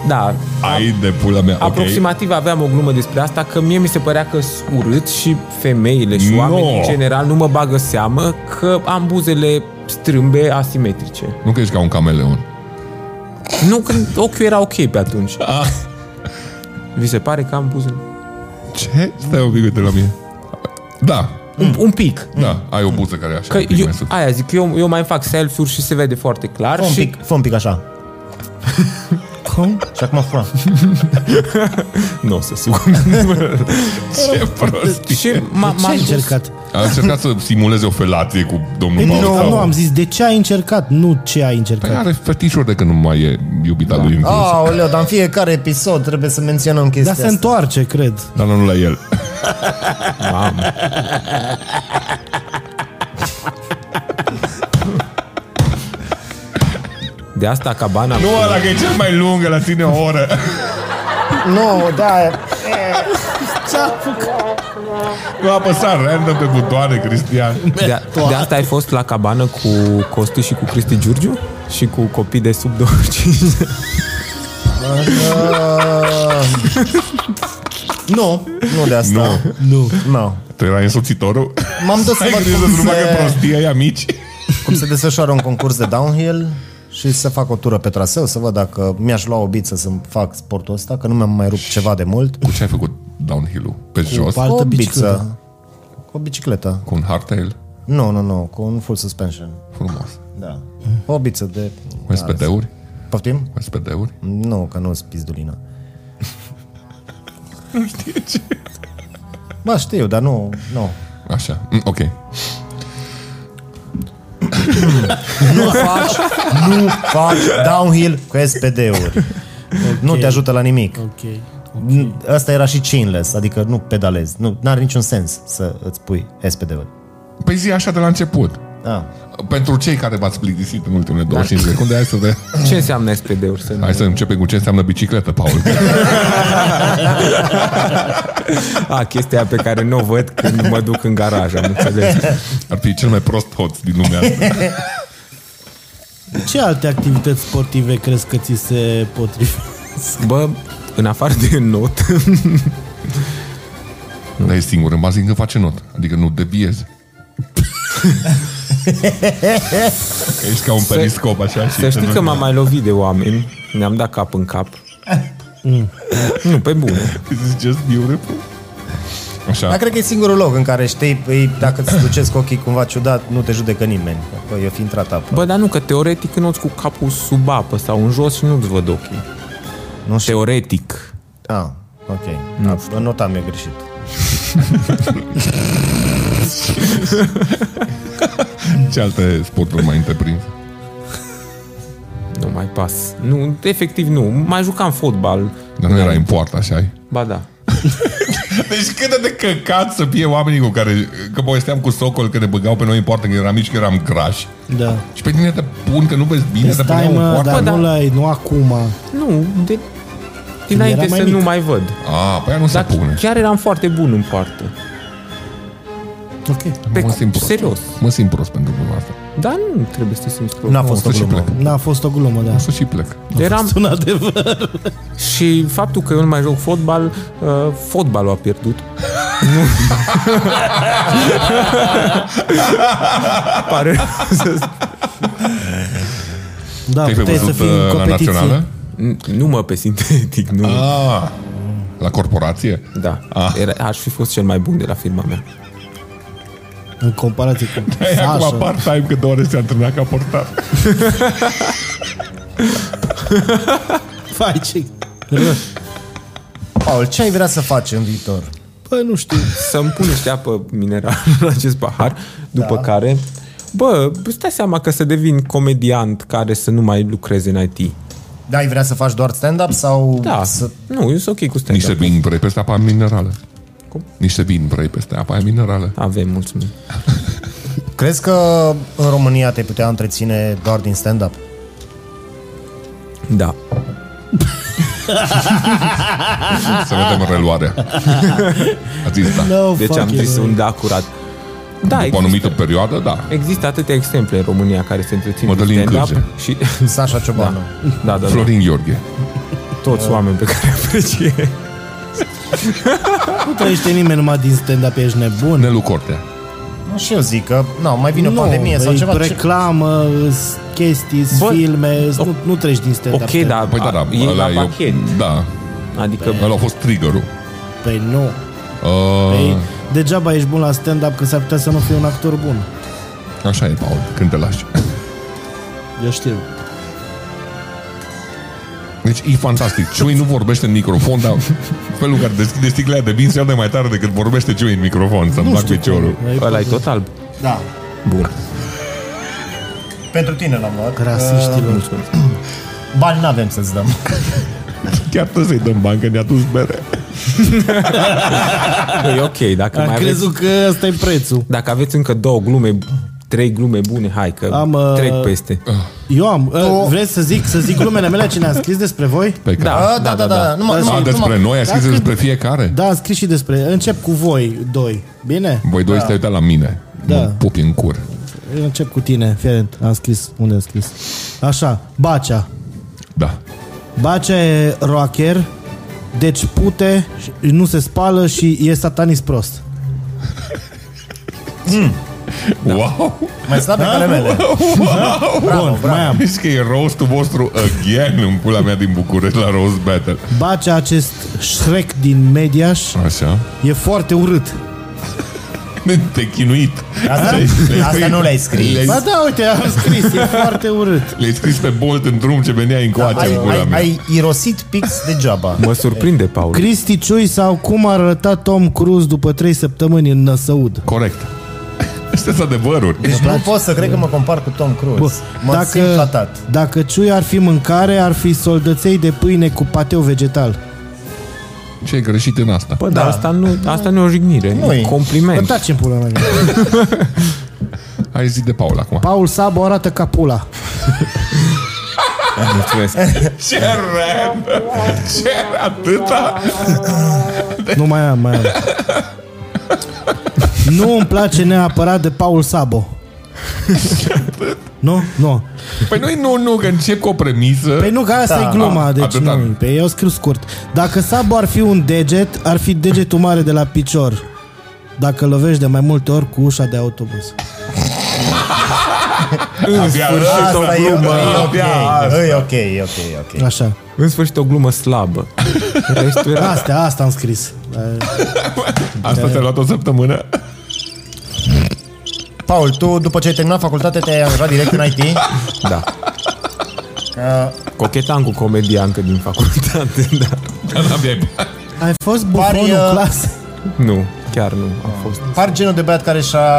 [SPEAKER 4] Da,
[SPEAKER 1] Ai de pula mea, ok?
[SPEAKER 4] Aproximativ aveam o glumă despre asta că mie mi se părea că urât și femeile și
[SPEAKER 1] No.
[SPEAKER 4] oamenii în general nu mă bagă seamă că am buzele strâmbe asimetrice.
[SPEAKER 1] Nu că ești ca un cameleon.
[SPEAKER 4] Nu, când ochiul era ok pe atunci.
[SPEAKER 1] Ah.
[SPEAKER 4] Vi se pare că am buzele?
[SPEAKER 1] Ce? Stai un pic, uite la mine. Da,
[SPEAKER 4] Un, un pic.
[SPEAKER 1] Da, ai o buză care e așa.
[SPEAKER 4] Că
[SPEAKER 1] un pic
[SPEAKER 4] eu,
[SPEAKER 1] mai sus.
[SPEAKER 4] aia zic, eu, eu mai fac self-uri și se vede foarte clar
[SPEAKER 3] Fă un
[SPEAKER 4] și
[SPEAKER 3] pic, fă un pic așa.
[SPEAKER 2] Cum?
[SPEAKER 3] Și acum fura.
[SPEAKER 4] nu o să suc.
[SPEAKER 1] Ce prost.
[SPEAKER 4] și m-a,
[SPEAKER 2] Ce
[SPEAKER 4] m-am
[SPEAKER 2] ai
[SPEAKER 4] dus-
[SPEAKER 2] încercat?
[SPEAKER 1] A încercat să simuleze o felație cu domnul Paul.
[SPEAKER 2] Nu,
[SPEAKER 1] Sau-
[SPEAKER 2] nu, am zis de ce ai încercat, nu ce ai
[SPEAKER 1] Păi
[SPEAKER 2] încercat.
[SPEAKER 1] are fetișuri de când nu mai e iubita lui inclus.
[SPEAKER 3] Aoleu, dar în fiecare episod trebuie să menționăm chestia
[SPEAKER 2] Dar se
[SPEAKER 3] asta.
[SPEAKER 2] întoarce, cred.
[SPEAKER 1] Dar nu la el.
[SPEAKER 4] De asta cabana...
[SPEAKER 1] Nu ăla că e cel mai lung, la ține o oră.
[SPEAKER 3] Nu, da, e-
[SPEAKER 1] Nu a apăsat random pe butoane, Cristian.
[SPEAKER 4] De, de asta ai fost la cabană cu Costi și cu Cristi Giurgiu? Și cu copii de sub 25?
[SPEAKER 3] uh, nu, nu de asta.
[SPEAKER 1] Nu.
[SPEAKER 2] Nu.
[SPEAKER 3] Nu.
[SPEAKER 1] Tu erai însoțitorul?
[SPEAKER 3] M-am dus să
[SPEAKER 1] Ai
[SPEAKER 3] văd
[SPEAKER 1] grijă să
[SPEAKER 3] cum
[SPEAKER 1] nu facă
[SPEAKER 3] se,
[SPEAKER 1] prostii ai mici?
[SPEAKER 3] cum se desfășoară un concurs de downhill și să fac o tură pe traseu, să văd dacă mi-aș lua o biță să fac sportul ăsta, că nu mi-am mai rupt ceva de mult.
[SPEAKER 1] Cu ce ai făcut downhill-ul? Pe jos?
[SPEAKER 2] pal-
[SPEAKER 1] Cu
[SPEAKER 2] Altă
[SPEAKER 3] o
[SPEAKER 2] bicicletă.
[SPEAKER 3] biță. Cu o bicicletă.
[SPEAKER 1] un hardtail?
[SPEAKER 3] Nu, nu, nu, cu un full suspension.
[SPEAKER 1] Frumos.
[SPEAKER 3] Da. O biță de...
[SPEAKER 1] Cu SPD-uri?
[SPEAKER 3] Poftim?
[SPEAKER 1] Cu SPD-uri?
[SPEAKER 3] Nu, că nu sunt pizdulina.
[SPEAKER 1] Nu știe ce.
[SPEAKER 3] Ba, știu, dar nu, nu.
[SPEAKER 1] Așa, Mm, ok.
[SPEAKER 3] Nu faci, nu faci downhill cu SPD-uri. Nu te ajută la nimic.
[SPEAKER 2] Ok.
[SPEAKER 3] Asta era și chainless, adică nu pedalezi. Nu are niciun sens să îți pui SPD-uri.
[SPEAKER 1] Păi zi așa de la început.
[SPEAKER 3] Ah.
[SPEAKER 1] Pentru cei care v-ați plictisit în ultimele 25 de secunde, hai să, de...
[SPEAKER 4] Ce înseamnă SPD-uri? Să nu...
[SPEAKER 1] hai să începem cu ce înseamnă bicicletă, Paul.
[SPEAKER 4] A, chestia pe care nu o văd când mă duc în garaj, am înțeles.
[SPEAKER 1] Ar fi cel mai prost hoț din lumea asta.
[SPEAKER 2] Ce alte activități sportive crezi că ți se potrivesc?
[SPEAKER 4] Bă, în afară de not,
[SPEAKER 1] Dar e singur în bazin că face not. Adică nu deviezi. Ești ca un periscop, așa. și
[SPEAKER 4] să știi
[SPEAKER 1] te
[SPEAKER 4] că m-am mai lovit de oameni, ne-am dat cap în cap. Nu, pe bune.
[SPEAKER 1] This is just beautiful. Așa.
[SPEAKER 3] Dar cred că e singurul loc în care știi, ei, dacă îți duceți cu ochii cumva ciudat, nu te judecă nimeni. Bă, eu fi intrat apă.
[SPEAKER 4] Bă, dar nu, că teoretic nu cu capul sub apă sau în jos și nu-ți văd ochii.
[SPEAKER 3] Nu știu.
[SPEAKER 4] Teoretic.
[SPEAKER 3] Ah, ok. Nu. Bă, notam eu greșit.
[SPEAKER 1] Ce alte sporturi mai întreprins?
[SPEAKER 4] Nu mai pas. Nu, efectiv nu. Mai jucam fotbal.
[SPEAKER 1] Dar nu era
[SPEAKER 2] Da.
[SPEAKER 1] în poartă, așa -i.
[SPEAKER 4] Ba da.
[SPEAKER 1] Deci cât de căcat să fie oamenii cu care... Că povesteam cu Socol că ne băgau pe noi în poartă când eram mici, că eram grași.
[SPEAKER 2] Da.
[SPEAKER 1] Și pe tine te pun că nu vezi bine, te
[SPEAKER 2] Păi Stai
[SPEAKER 1] puneau în
[SPEAKER 2] mă,
[SPEAKER 1] poartă.
[SPEAKER 2] dar
[SPEAKER 4] Bă, da.
[SPEAKER 2] nu l-ai, nu acum.
[SPEAKER 4] Nu, de... Dinainte
[SPEAKER 2] era mai
[SPEAKER 4] să
[SPEAKER 2] mic.
[SPEAKER 4] nu mai văd.
[SPEAKER 1] A, păi aia nu se
[SPEAKER 4] Dar
[SPEAKER 1] pune.
[SPEAKER 4] chiar eram foarte bun în poartă.
[SPEAKER 2] Ok.
[SPEAKER 4] Pe
[SPEAKER 1] Mă simt prost.
[SPEAKER 4] serios.
[SPEAKER 1] Mă simt prost pentru gluma asta.
[SPEAKER 4] Dar nu trebuie să te simți prost.
[SPEAKER 3] N-a fost
[SPEAKER 1] să
[SPEAKER 3] o
[SPEAKER 1] și
[SPEAKER 3] glumă.
[SPEAKER 1] plec.
[SPEAKER 2] N-a fost o glumă, da.
[SPEAKER 1] Să și plec.
[SPEAKER 4] Eram,
[SPEAKER 2] Un adevăr.
[SPEAKER 4] și faptul că eu nu mai joc fotbal, uh, fotbalul a pierdut. Nu. Pare rău să spun.
[SPEAKER 2] Da,
[SPEAKER 1] Te-ai
[SPEAKER 2] puteai să
[SPEAKER 1] văzut
[SPEAKER 2] fii în
[SPEAKER 1] uh, la
[SPEAKER 2] competiție.
[SPEAKER 1] națională?
[SPEAKER 4] Nu mă pe sintetic, nu.
[SPEAKER 1] A, Ah, la corporație?
[SPEAKER 4] Da.
[SPEAKER 1] Ah.
[SPEAKER 4] Era, aș fi fost cel mai bun de la firma mea.
[SPEAKER 2] În comparație cu
[SPEAKER 1] E acum
[SPEAKER 2] Sasha.
[SPEAKER 1] part-time câte ore se antrenat ca portar.
[SPEAKER 2] Fai ce rău.
[SPEAKER 3] Paul, ce ai vrea să faci în viitor?
[SPEAKER 2] Bă, nu știu.
[SPEAKER 4] Să-mi pun niște apă minerală în acest pahar, după da. care... Bă, îți dai seama că să devin comediant care să nu mai lucreze în IT.
[SPEAKER 3] Da, ai vrea să faci doar stand-up sau
[SPEAKER 4] Da,
[SPEAKER 3] să...
[SPEAKER 4] nu, eu sunt ok cu stand
[SPEAKER 1] Niște vin vrei peste apa minerală.
[SPEAKER 4] Cum?
[SPEAKER 1] Niște vin vrei peste apa minerală.
[SPEAKER 4] Avem, mulțumim.
[SPEAKER 3] Crezi că în România te putea întreține doar din stand-up?
[SPEAKER 4] Da. Ah.
[SPEAKER 1] Să vedem reluarea. A zis da.
[SPEAKER 2] No,
[SPEAKER 4] Deci am
[SPEAKER 2] fucking
[SPEAKER 4] zis
[SPEAKER 2] way.
[SPEAKER 4] un da curat. Da,
[SPEAKER 1] După o
[SPEAKER 4] există,
[SPEAKER 1] anumită perioadă, da.
[SPEAKER 4] există atâtea exemple în România care se întrețin cu
[SPEAKER 1] Mădălin
[SPEAKER 4] stand-up și...
[SPEAKER 3] Sasha Ciobanu.
[SPEAKER 4] Da, da, da.
[SPEAKER 1] Florin Gheorghe.
[SPEAKER 4] Toți oameni pe care îi apreciez.
[SPEAKER 2] Nu trăiește nimeni numai din stand-up, ești nebun.
[SPEAKER 1] Nelu Cortea.
[SPEAKER 3] Și eu zic că, nu, mai vine o pandemie sau
[SPEAKER 2] îi
[SPEAKER 3] ceva. ce-
[SPEAKER 2] reclamă, îs chestii, îs
[SPEAKER 4] Bă,
[SPEAKER 2] filme, îs- nu, nu treci din stand-up.
[SPEAKER 4] Ok, da,
[SPEAKER 1] Păi da, da.
[SPEAKER 4] e la
[SPEAKER 1] e-
[SPEAKER 4] pachet.
[SPEAKER 1] Da.
[SPEAKER 4] Adică...
[SPEAKER 1] Ăla a fost trigger-ul.
[SPEAKER 2] Păi nu.
[SPEAKER 1] Uh,
[SPEAKER 2] Păi, degeaba ești bun la stand-up că s-ar putea să nu fii un actor bun.
[SPEAKER 1] Așa e, Paul, când te lași.
[SPEAKER 2] Eu știu.
[SPEAKER 1] Deci e fantastic. Ciui nu vorbește în microfon, dar felul în care deschide sticlea de vin se aude mai tare decât vorbește Ciui în microfon. Să-mi fac piciorul.
[SPEAKER 4] Ăla e tot alb.
[SPEAKER 3] Da.
[SPEAKER 4] Bun.
[SPEAKER 3] Pentru tine l-am luat.
[SPEAKER 2] Rasiștilor.
[SPEAKER 3] Uh, Bani n-avem să-ți dăm.
[SPEAKER 1] Chiar trebuie să-i dăm bani, că ne-a dus bere.
[SPEAKER 4] E ok, dacă
[SPEAKER 2] Am
[SPEAKER 4] mai aveți,
[SPEAKER 2] crezut că ăsta e prețul.
[SPEAKER 4] dacă aveți încă două glume, trei glume bune, hai că
[SPEAKER 2] Am, uh,
[SPEAKER 4] trec peste.
[SPEAKER 2] Eu am. Tu... Vreți să zic, să zic glumele mele cine a scris despre voi?
[SPEAKER 1] Pe care...
[SPEAKER 3] Ah, da, da, da, da. Numai,
[SPEAKER 1] A,
[SPEAKER 3] numai,
[SPEAKER 1] despre
[SPEAKER 3] numai.
[SPEAKER 1] noi, a scris
[SPEAKER 2] Dacă-
[SPEAKER 1] despre fiecare.
[SPEAKER 2] Da, am scris și despre... Încep cu voi, doi. Bine?
[SPEAKER 1] Voi doi stai uitat la mine.
[SPEAKER 2] Da.
[SPEAKER 1] Mă pupi în cur.
[SPEAKER 2] Eu încep cu tine, Ferent. Am scris. Unde am scris? Așa. Bacea.
[SPEAKER 1] Da.
[SPEAKER 2] Bacea e rocker, deci pute, nu se spală și e satanist prost.
[SPEAKER 1] Da. Wow!
[SPEAKER 3] Mai slabe ca ale mele.
[SPEAKER 2] Bun, mai am.
[SPEAKER 1] Știți că e roastul vostru again în pula mea din București la Roast Battle.
[SPEAKER 2] Bacea acest Shrek din Mediaș
[SPEAKER 1] Așa.
[SPEAKER 2] e foarte urât.
[SPEAKER 1] Te-ai chinuit.
[SPEAKER 3] Asta, asta nu le-ai scris.
[SPEAKER 1] Le-ai,
[SPEAKER 2] Ba da, uite, am scris, e foarte urât.
[SPEAKER 1] le-ai scris pe bolt în drum ce venea încoace
[SPEAKER 3] Da, Ai,
[SPEAKER 1] în pula
[SPEAKER 3] ai,
[SPEAKER 1] mea.
[SPEAKER 3] ai irosit pix degeaba.
[SPEAKER 4] Mă surprinde, Paul.
[SPEAKER 2] Cristi Ciui sau cum a arătat Tom Cruise după 3 săptămâni în Năsăud?
[SPEAKER 1] Corect. Astea sunt adevăruri.
[SPEAKER 3] Deci nu pot să cred că mă compar cu Tom
[SPEAKER 2] Bă,
[SPEAKER 3] Cruise. Mă simt flatat.
[SPEAKER 2] dacă Ciui ar fi mâncare, ar fi soldăței de pâine cu pateu vegetal.
[SPEAKER 1] Ce e greșit în asta?
[SPEAKER 4] Bă, dar asta nu, asta Da. nu e o jignire,
[SPEAKER 3] Nu
[SPEAKER 4] e
[SPEAKER 3] e.
[SPEAKER 4] un
[SPEAKER 2] Bă,
[SPEAKER 4] compliment.
[SPEAKER 2] taci în pula mea.
[SPEAKER 1] Hai zi de Paul acum.
[SPEAKER 2] Paul Sabo arată ca pula.
[SPEAKER 4] Mulțumesc.
[SPEAKER 1] Ce rap! Ce atâta?
[SPEAKER 2] Nu mai am, mai am. nu îmi place neapărat de Paul Sabo. nu? Nu.
[SPEAKER 1] Păi noi nu, nu, că încep cu o premisă.
[SPEAKER 2] Păi nu, că asta
[SPEAKER 3] Da,
[SPEAKER 2] e gluma,
[SPEAKER 1] a-
[SPEAKER 2] deci
[SPEAKER 1] atâta.
[SPEAKER 2] nu, pe eu scriu scurt. Dacă Sabo ar fi un deget, ar fi degetul mare de la picior. Dacă lovești de mai multe ori cu ușa de autobuz.
[SPEAKER 4] În sfârșit o
[SPEAKER 3] Asta e,
[SPEAKER 4] glumă.
[SPEAKER 3] e ok,
[SPEAKER 1] abia asta.
[SPEAKER 3] e ok, e ok, e ok.
[SPEAKER 2] Așa.
[SPEAKER 4] În sfârșit o glumă slabă. Restul era...
[SPEAKER 2] Astea, asta am scris. Eh,
[SPEAKER 1] Asta ți-a luat o săptămână?
[SPEAKER 3] Paul, tu după ce ai terminat facultatea te-ai angajat direct în IT?
[SPEAKER 4] Da.
[SPEAKER 3] Da.
[SPEAKER 4] Cochetam cu comediancă din facultate, da.
[SPEAKER 1] Da, n-aveai bani.
[SPEAKER 2] Ai fost bufonul
[SPEAKER 3] Pari, uh,
[SPEAKER 2] clasă?
[SPEAKER 4] Nu, chiar nu
[SPEAKER 3] Ah.
[SPEAKER 4] a fost.
[SPEAKER 3] Par genul de băiat care și-a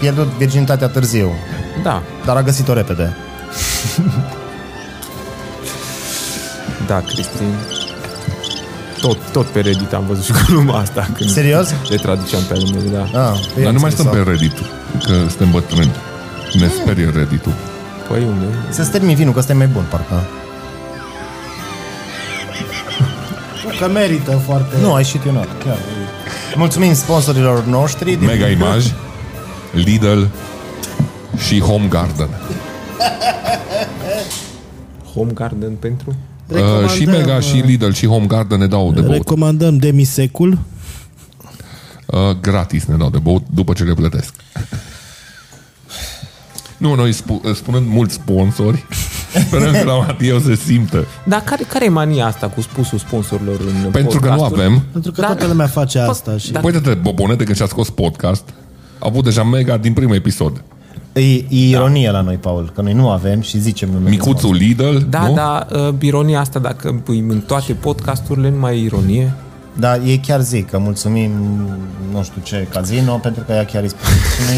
[SPEAKER 3] pierdut virginitatea târziu,
[SPEAKER 4] Da,
[SPEAKER 3] dar a găsit-o repede.
[SPEAKER 4] da, Cristin. Tot, tot pe Reddit am văzut și gluma asta când
[SPEAKER 3] Serios?
[SPEAKER 4] le traduceam pe ale mele, da.
[SPEAKER 3] Ah,
[SPEAKER 1] Dar nu mai stăm pe Reddit, că suntem bătrâni. Ne sperie reddit
[SPEAKER 4] Păi unde?
[SPEAKER 3] Să-ți termin vinul, că ăsta e mai bun, parcă.
[SPEAKER 2] Că merită foarte...
[SPEAKER 3] Nu, ai shit you not, chiar. Mulțumim sponsorilor noștri. Din...
[SPEAKER 1] Mega Image, Lidl și Home Garden.
[SPEAKER 4] Home Garden pentru?
[SPEAKER 1] Uh, și Mega și Lidl și Home Garden ne dau de băut.
[SPEAKER 2] Recomandăm demisecul.
[SPEAKER 1] Uh, gratis ne dau de băut după ce le plătesc. Nu, noi spu- spunând mulți sponsori, sperăm că la Matiu se simtă.
[SPEAKER 4] Dar care, care e mania asta cu spusul sponsorilor în
[SPEAKER 1] Pentru că nu
[SPEAKER 4] podcasturi?
[SPEAKER 1] avem.
[SPEAKER 2] Pentru că
[SPEAKER 4] Da.
[SPEAKER 2] toată lumea face asta și...
[SPEAKER 4] Da.
[SPEAKER 1] Păi te Bobonete, când și-a scos podcast, a avut deja Mega din primul episod.
[SPEAKER 3] E, e ironie la noi, Paul, că noi nu avem și zicem numele.
[SPEAKER 1] Micuțul Lidl,
[SPEAKER 4] Da,
[SPEAKER 1] nu?
[SPEAKER 4] da, uh, ironia asta, dacă pui în toate podcasturile, nu mai e ironie.
[SPEAKER 3] Da, ei chiar zic că mulțumim nu știu ce casino pentru că ea chiar îi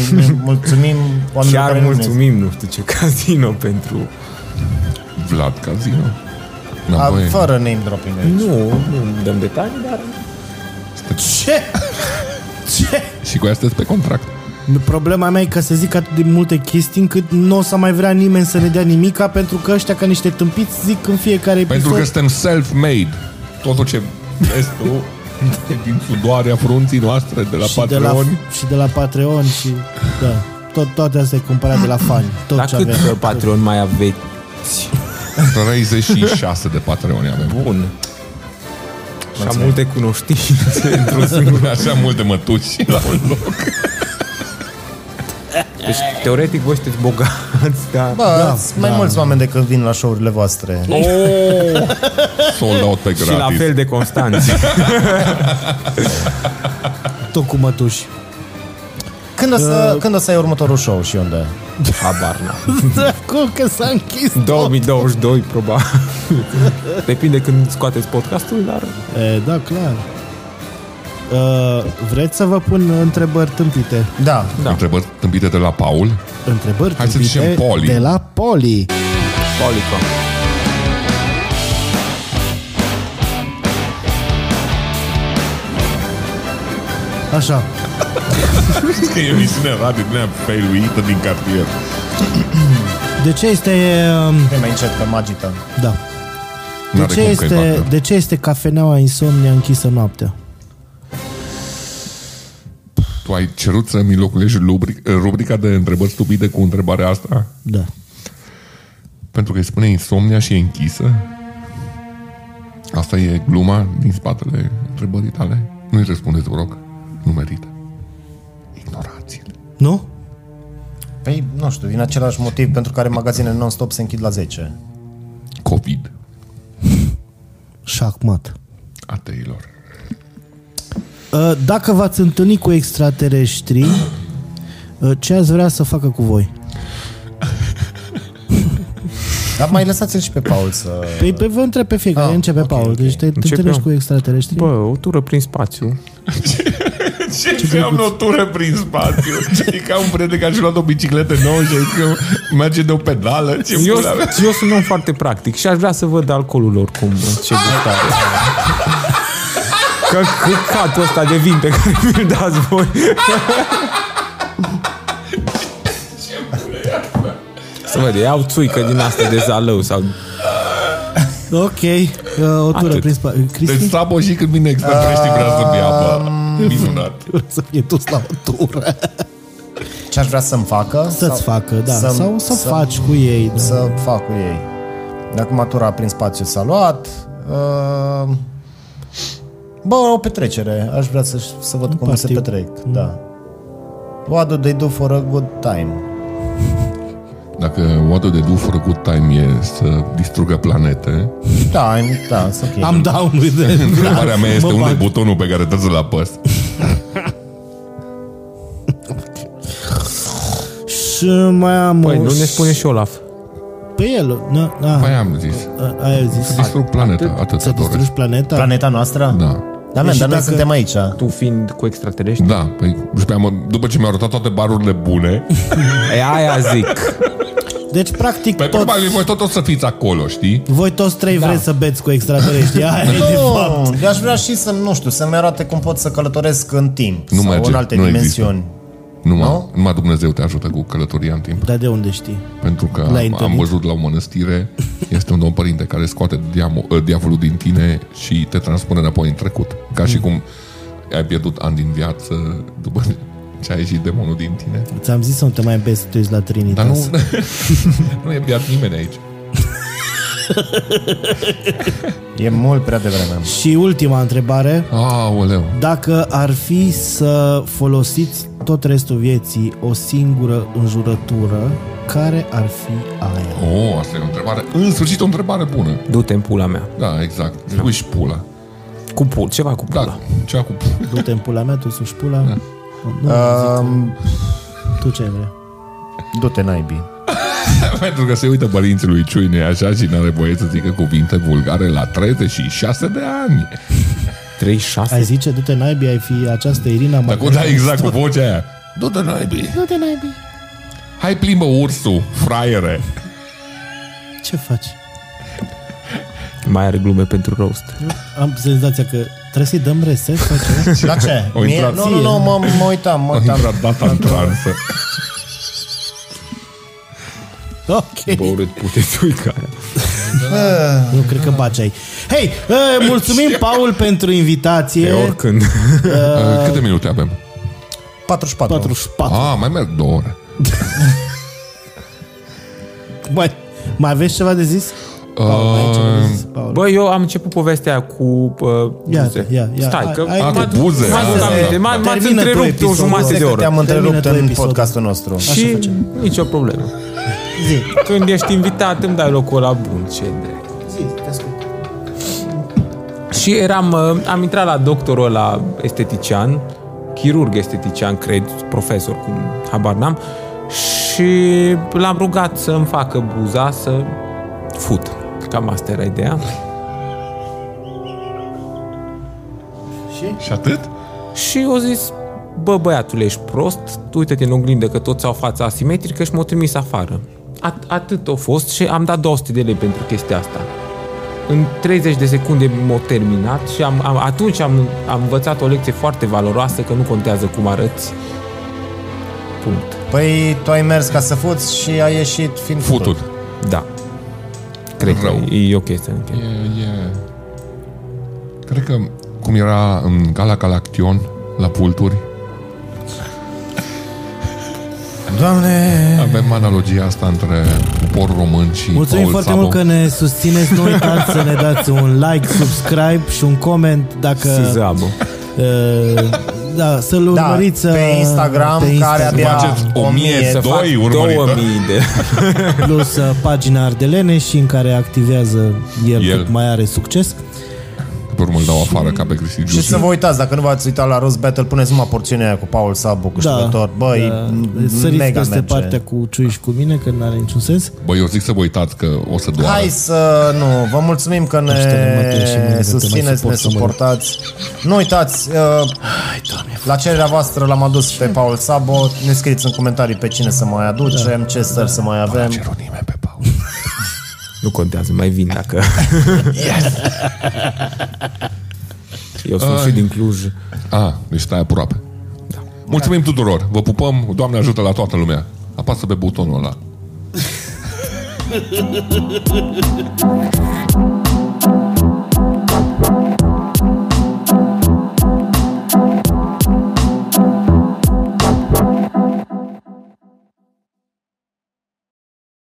[SPEAKER 3] Și noi ne mulțumim oamenilor
[SPEAKER 4] Chiar
[SPEAKER 3] care nu ne zic.
[SPEAKER 4] mulțumim, nu știu ce, casino pentru...
[SPEAKER 1] Vlad Casino.
[SPEAKER 4] Da,
[SPEAKER 3] A,
[SPEAKER 1] Înapoi.
[SPEAKER 3] fără name dropping aici.
[SPEAKER 4] Nu, nu dăm detalii, dar...
[SPEAKER 2] Ce? Ce?
[SPEAKER 1] Și cu aia sunteți pe contract.
[SPEAKER 2] Problema mea e că se zic atât de multe chestii încât nu o să mai vrea nimeni să ne dea nimica pentru că ăștia ca niște tâmpiți zic în fiecare
[SPEAKER 1] Pentru
[SPEAKER 2] episod.
[SPEAKER 1] că suntem self-made. Totul ce vezi tu e din sudoarea frunții noastre de la
[SPEAKER 2] și
[SPEAKER 1] Patreon.
[SPEAKER 2] De la, și de la Patreon și... Da. Tot, toate astea e cumpărat de la fani. Tot
[SPEAKER 4] Dar
[SPEAKER 2] ce
[SPEAKER 4] cât
[SPEAKER 2] avem.
[SPEAKER 4] uh, Patreon mai aveți?
[SPEAKER 1] 36 de Patreoni avem.
[SPEAKER 4] Bun. Și am multe cunoștințe într-un singur.
[SPEAKER 1] Așa multe mătuși la un loc.
[SPEAKER 4] Deci, teoretic, voi sunteți bogați, dar...
[SPEAKER 3] Bă, da, mai da. mulți oameni decât vin la show-urile voastre.
[SPEAKER 4] Oh!
[SPEAKER 1] Sold out pe
[SPEAKER 4] Și la
[SPEAKER 1] gratis.
[SPEAKER 4] fel de constanți.
[SPEAKER 2] tot cu mătuși.
[SPEAKER 3] Când o să, uh, când o să ai următorul show și unde?
[SPEAKER 4] Habar n-am.
[SPEAKER 2] Acum Da, că s-a închis.
[SPEAKER 4] 2022, probabil. Depinde când scoateți podcastul, dar
[SPEAKER 2] E, da, clar. Uh, vreți să vă pun întrebări tâmpite?
[SPEAKER 3] Da.
[SPEAKER 4] Da.
[SPEAKER 1] Întrebări tâmpite de la Paul.
[SPEAKER 2] Întrebări
[SPEAKER 1] Hai să
[SPEAKER 2] tâmpite
[SPEAKER 1] zicem Poli.
[SPEAKER 2] de la Poli.
[SPEAKER 4] Polico.
[SPEAKER 2] Așa.
[SPEAKER 1] Că e emisiunea radio din aia failuită din cartier.
[SPEAKER 2] De ce este... um,
[SPEAKER 3] Hai mai încet, că magită.
[SPEAKER 2] Da. De
[SPEAKER 1] N-are
[SPEAKER 2] ce,
[SPEAKER 1] cum că-i
[SPEAKER 2] este,
[SPEAKER 1] facă.
[SPEAKER 2] de ce este cafeneaua insomnia închisă noaptea?
[SPEAKER 1] Tu ai cerut să-mi locuiești lubri- rubrica de întrebări stupide cu întrebarea asta?
[SPEAKER 2] Da.
[SPEAKER 1] Pentru că îi spune insomnia și e închisă? Asta e gluma din spatele întrebării tale? Nu-i răspundeți, vă rog. Nu merită. Ignorați-l.
[SPEAKER 2] Nu?
[SPEAKER 3] Păi, nu știu, din același motiv pentru care magazinele non-stop se închid la 10.
[SPEAKER 1] COVID.
[SPEAKER 2] Șahmat.
[SPEAKER 1] Ateilor.
[SPEAKER 2] Uh, Dacă v-ați întâlnit cu extraterestri, uh, ce ați vrea să facă cu voi?
[SPEAKER 3] Dar mai lăsați-l și pe Paul să...
[SPEAKER 2] Păi, păi vă întreb pe fiecare,
[SPEAKER 3] Ah,
[SPEAKER 2] începe
[SPEAKER 3] ok,
[SPEAKER 2] Paul.
[SPEAKER 3] ok.
[SPEAKER 2] Deci te, te
[SPEAKER 4] Începem.
[SPEAKER 2] întâlnești cu extraterestri?
[SPEAKER 4] Bă, o tură prin spațiu.
[SPEAKER 1] Ce înseamnă o tură prin spațiu? E ca un prieten care și-a luat o bicicletă nouă și a zis că merge de o pedală. Ce
[SPEAKER 4] Eu,
[SPEAKER 1] pula mea?
[SPEAKER 4] eu sunt un om foarte practic și aș vrea să văd alcoolul oricum. bă, Ce gustare. Că căcatul ăsta de vin pe care mi-l dați voi. Să văd, iau țuică din asta de zalău sau...
[SPEAKER 2] Ok, uh, o tură
[SPEAKER 4] Atât.
[SPEAKER 2] prin spate.
[SPEAKER 1] Deci
[SPEAKER 2] Cristi,
[SPEAKER 1] Sabo și când vine extraterestri vrea să bea apă. Minunat.
[SPEAKER 2] să fie dus la o tură.
[SPEAKER 3] Ce aș vrea să-mi facă?
[SPEAKER 2] Să-ți
[SPEAKER 3] Sau-
[SPEAKER 2] facă, da.
[SPEAKER 3] să-mi-
[SPEAKER 2] Sau să
[SPEAKER 3] să-mi-
[SPEAKER 2] faci cu ei. Da.
[SPEAKER 3] Să fac cu ei. Dacă matura prin spațiu s-a luat... Uh, bă, o petrecere. Aș vrea să, să văd cum
[SPEAKER 2] party.
[SPEAKER 3] se
[SPEAKER 2] Mm.
[SPEAKER 3] petrec. Da. What do they do for a good time?
[SPEAKER 1] Dacă modul de do for a good time e să distrugă planete,
[SPEAKER 3] Time, da, sunt ok.
[SPEAKER 2] Am down with them.
[SPEAKER 1] întrebarea mea este
[SPEAKER 2] Mă
[SPEAKER 1] unde e
[SPEAKER 2] bag.
[SPEAKER 1] butonul pe care trebuie să-l apăs.
[SPEAKER 2] Și mai am...
[SPEAKER 4] Păi,
[SPEAKER 2] o-
[SPEAKER 4] nu ne spune și Olaf.
[SPEAKER 2] Pe el, na, na,
[SPEAKER 1] Aia Păi am zis.
[SPEAKER 2] a- aia ai zis.
[SPEAKER 1] Să distrug planeta, atât
[SPEAKER 2] Da. Să
[SPEAKER 1] să doresc.
[SPEAKER 2] distrugi planeta?
[SPEAKER 3] Planeta noastră?
[SPEAKER 1] Da.
[SPEAKER 3] Da, man,
[SPEAKER 2] Și
[SPEAKER 3] dar noi
[SPEAKER 2] Deci dacă-
[SPEAKER 3] suntem aici.
[SPEAKER 4] Tu fiind cu extraterestri?
[SPEAKER 1] Da, păi, și pe aia mă- după ce mi-au arătat toate barurile bune,
[SPEAKER 4] E, aia zic.
[SPEAKER 2] Deci, practic,
[SPEAKER 1] pe
[SPEAKER 2] toți,
[SPEAKER 1] Păi, probabil voi tot o să fiți acolo, știi?
[SPEAKER 2] voi toți trei vreți să beți cu extraterestri. Aia e de fapt.
[SPEAKER 3] Nu, eu aș vrea și să, nu știu, să-mi arate cum pot să călătoresc în timp
[SPEAKER 1] Nu
[SPEAKER 3] sau
[SPEAKER 1] merge,
[SPEAKER 3] în alte
[SPEAKER 1] nu
[SPEAKER 3] dimensiuni.
[SPEAKER 1] Numai,
[SPEAKER 3] Nu?
[SPEAKER 1] numai Dumnezeu te ajută cu călătoria în timp.
[SPEAKER 2] Dar de unde știi?
[SPEAKER 1] Pentru că
[SPEAKER 2] L-ai
[SPEAKER 1] am, am
[SPEAKER 2] întâlnit?
[SPEAKER 1] văzut la o mănăstire, este un domn părinte care scoate diamo- ă, diavolul din tine și te transpune înapoi în trecut. Ca și cum ai pierdut ani din viață după ce a ieșit demonul din tine.
[SPEAKER 2] Ți-am zis să nu te mai bezi să te uiți la
[SPEAKER 1] Dar nu,
[SPEAKER 2] Trinitas.
[SPEAKER 1] nu e biat nimeni aici.
[SPEAKER 3] E mult prea devreme.
[SPEAKER 2] Și ultima întrebare.
[SPEAKER 1] Aoleu.
[SPEAKER 2] Dacă ar fi să folosiți tot restul vieții o singură înjurătură, care ar fi aia?
[SPEAKER 1] Oh, asta e o întrebare. În sfârșit, o întrebare bună.
[SPEAKER 4] Du-te în pula mea.
[SPEAKER 1] Da, exact. Da. Uși pula.
[SPEAKER 4] Cu pul, ceva cu pula.
[SPEAKER 1] Da, cea cu pula.
[SPEAKER 2] Du-te în pula mea, tu suși pula. Nu,
[SPEAKER 3] Um,
[SPEAKER 2] tu ce ai vrea?
[SPEAKER 3] du-te naibii.
[SPEAKER 1] Pentru că se uită părinții lui Ciuine așa și n-are voie să zică cuvinte vulgare la 36 de ani.
[SPEAKER 4] 36?
[SPEAKER 2] Ai zice, du-te naibii, ai fi această Irina
[SPEAKER 1] Dacă o
[SPEAKER 2] Macaru.
[SPEAKER 1] dai exact cu vocea aia. Du-te naibii.
[SPEAKER 2] Du-te naibii.
[SPEAKER 1] Hai plimbă ursul, fraiere.
[SPEAKER 2] Ce faci?
[SPEAKER 4] Mai are glume pentru roast.
[SPEAKER 2] Am senzația că trebuie să-i dăm reset sau ceva.
[SPEAKER 3] La ce?
[SPEAKER 1] Exact. O
[SPEAKER 3] Mie?
[SPEAKER 1] intrat-
[SPEAKER 3] Nu, nu, nu, mă, mă uitam, mă
[SPEAKER 1] A
[SPEAKER 3] uitam.
[SPEAKER 1] intrat data în transă.
[SPEAKER 2] Ok.
[SPEAKER 4] Bă, urât puteți uica.
[SPEAKER 2] Nu cred că baci ai. Hei, uh, mulțumim, Paul, pentru invitație.
[SPEAKER 4] E oricând.
[SPEAKER 1] Uh, Câte minute avem?
[SPEAKER 3] 44.
[SPEAKER 2] 44.
[SPEAKER 1] Ah, mai merg două ore.
[SPEAKER 2] Mai, mai aveți ceva de zis?
[SPEAKER 1] Ă,
[SPEAKER 2] Paul, Da, mai ai ceva de zis, Paul?
[SPEAKER 4] Bă, eu am început povestea cu uh,
[SPEAKER 2] Ia,
[SPEAKER 4] buze.
[SPEAKER 2] ia, ia.
[SPEAKER 4] Stai,
[SPEAKER 2] Ai-
[SPEAKER 4] că
[SPEAKER 2] ai-
[SPEAKER 4] m-a-
[SPEAKER 1] Ah, cu buze.
[SPEAKER 4] m-ați dus
[SPEAKER 1] Ah,
[SPEAKER 4] aminte.
[SPEAKER 1] da.
[SPEAKER 4] M-a- m-ați
[SPEAKER 2] Termină tu
[SPEAKER 4] întrerupt o
[SPEAKER 2] episodul.
[SPEAKER 4] jumătate
[SPEAKER 3] Uite
[SPEAKER 4] de
[SPEAKER 3] că
[SPEAKER 4] oră.
[SPEAKER 3] te-am întrerupt
[SPEAKER 2] Termină tu
[SPEAKER 3] în
[SPEAKER 2] episodul.
[SPEAKER 3] podcastul nostru.
[SPEAKER 4] Și nicio problemă.
[SPEAKER 2] Zi.
[SPEAKER 4] Când ești invitat, îmi dai locul la bun, ce drept. Și eram, uh, am intrat la doctorul la estetician chirurg estetician, cred, profesor, cum habar n-am, și l-am rugat să-mi facă buza să fut. Cam asta era ideea.
[SPEAKER 1] Și atât?
[SPEAKER 4] Și eu zis, bă băiatule, ești prost, tu uite-te în oglindă că toți au fața asimetrică și m-au trimis afară. At- atât a fost și am dat 200 de lei pentru chestia asta. În 30 de secunde m-au terminat și am, am, atunci am, am învățat o lecție foarte valoroasă că nu contează cum arăți. Punct.
[SPEAKER 3] Păi tu ai mers ca să fuți și ai ieșit fiind
[SPEAKER 1] Futut.
[SPEAKER 4] Da. Cred
[SPEAKER 1] Rău.
[SPEAKER 4] că e o chestie în încheiere.
[SPEAKER 1] E, e... Cred că cum era în Gala Galaction la pulturi,
[SPEAKER 2] Eh.
[SPEAKER 3] Doamne!
[SPEAKER 1] avem analogia asta între popor român și
[SPEAKER 2] Mulțumim
[SPEAKER 1] Paul
[SPEAKER 2] foarte
[SPEAKER 1] Sabo.
[SPEAKER 2] mult că ne susțineți. Nu uitați să ne dați un like, subscribe și un coment dacă...
[SPEAKER 4] Sizabo.
[SPEAKER 2] Uh, da, să-l urmăriți
[SPEAKER 3] pe
[SPEAKER 2] uh,
[SPEAKER 3] Instagram,
[SPEAKER 2] pe
[SPEAKER 3] care abia-
[SPEAKER 1] Faceți
[SPEAKER 3] O mie,
[SPEAKER 1] 1002 urmărită.
[SPEAKER 4] 2000 de...
[SPEAKER 2] plus uh, pagina Ardelene și în care activează el,
[SPEAKER 1] El.
[SPEAKER 2] el. cât mai are succes.
[SPEAKER 1] Pe urmă îl dau afară ca pe Cristi
[SPEAKER 3] Și să
[SPEAKER 1] Giusti.
[SPEAKER 3] vă uitați, dacă nu v-ați uitat la Rose Battle, puneți numai porțiunea aia cu Paul Sabu, câștigător. Băi, da.
[SPEAKER 2] Da. Săriți
[SPEAKER 3] mega
[SPEAKER 2] peste
[SPEAKER 3] merge.
[SPEAKER 2] partea cu Ciui și cu mine, că nu are niciun sens.
[SPEAKER 1] Băi, eu zic să vă uitați că o să doară.
[SPEAKER 3] Hai să nu, vă mulțumim că
[SPEAKER 2] Aștept, mă, tu și mine, că
[SPEAKER 3] ne
[SPEAKER 2] te mai
[SPEAKER 3] susțineți,
[SPEAKER 2] suport
[SPEAKER 3] ne
[SPEAKER 2] să mă
[SPEAKER 3] suportați. Nu uitați, uh, la cererea voastră l-am adus pe Paul Sabo, ne scrieți în comentarii pe cine să mai aducem,
[SPEAKER 2] Da.
[SPEAKER 3] ce stări să mai avem.
[SPEAKER 2] Păi,
[SPEAKER 1] Ceronime pe Paul.
[SPEAKER 4] Nu contează, mai vin dacă... Eu sunt și din Cluj.
[SPEAKER 1] A, deci stai aproape.
[SPEAKER 4] Da.
[SPEAKER 1] Mulțumim tuturor. Vă pupăm. Doamne ajută la toată lumea. Apasă pe butonul ăla.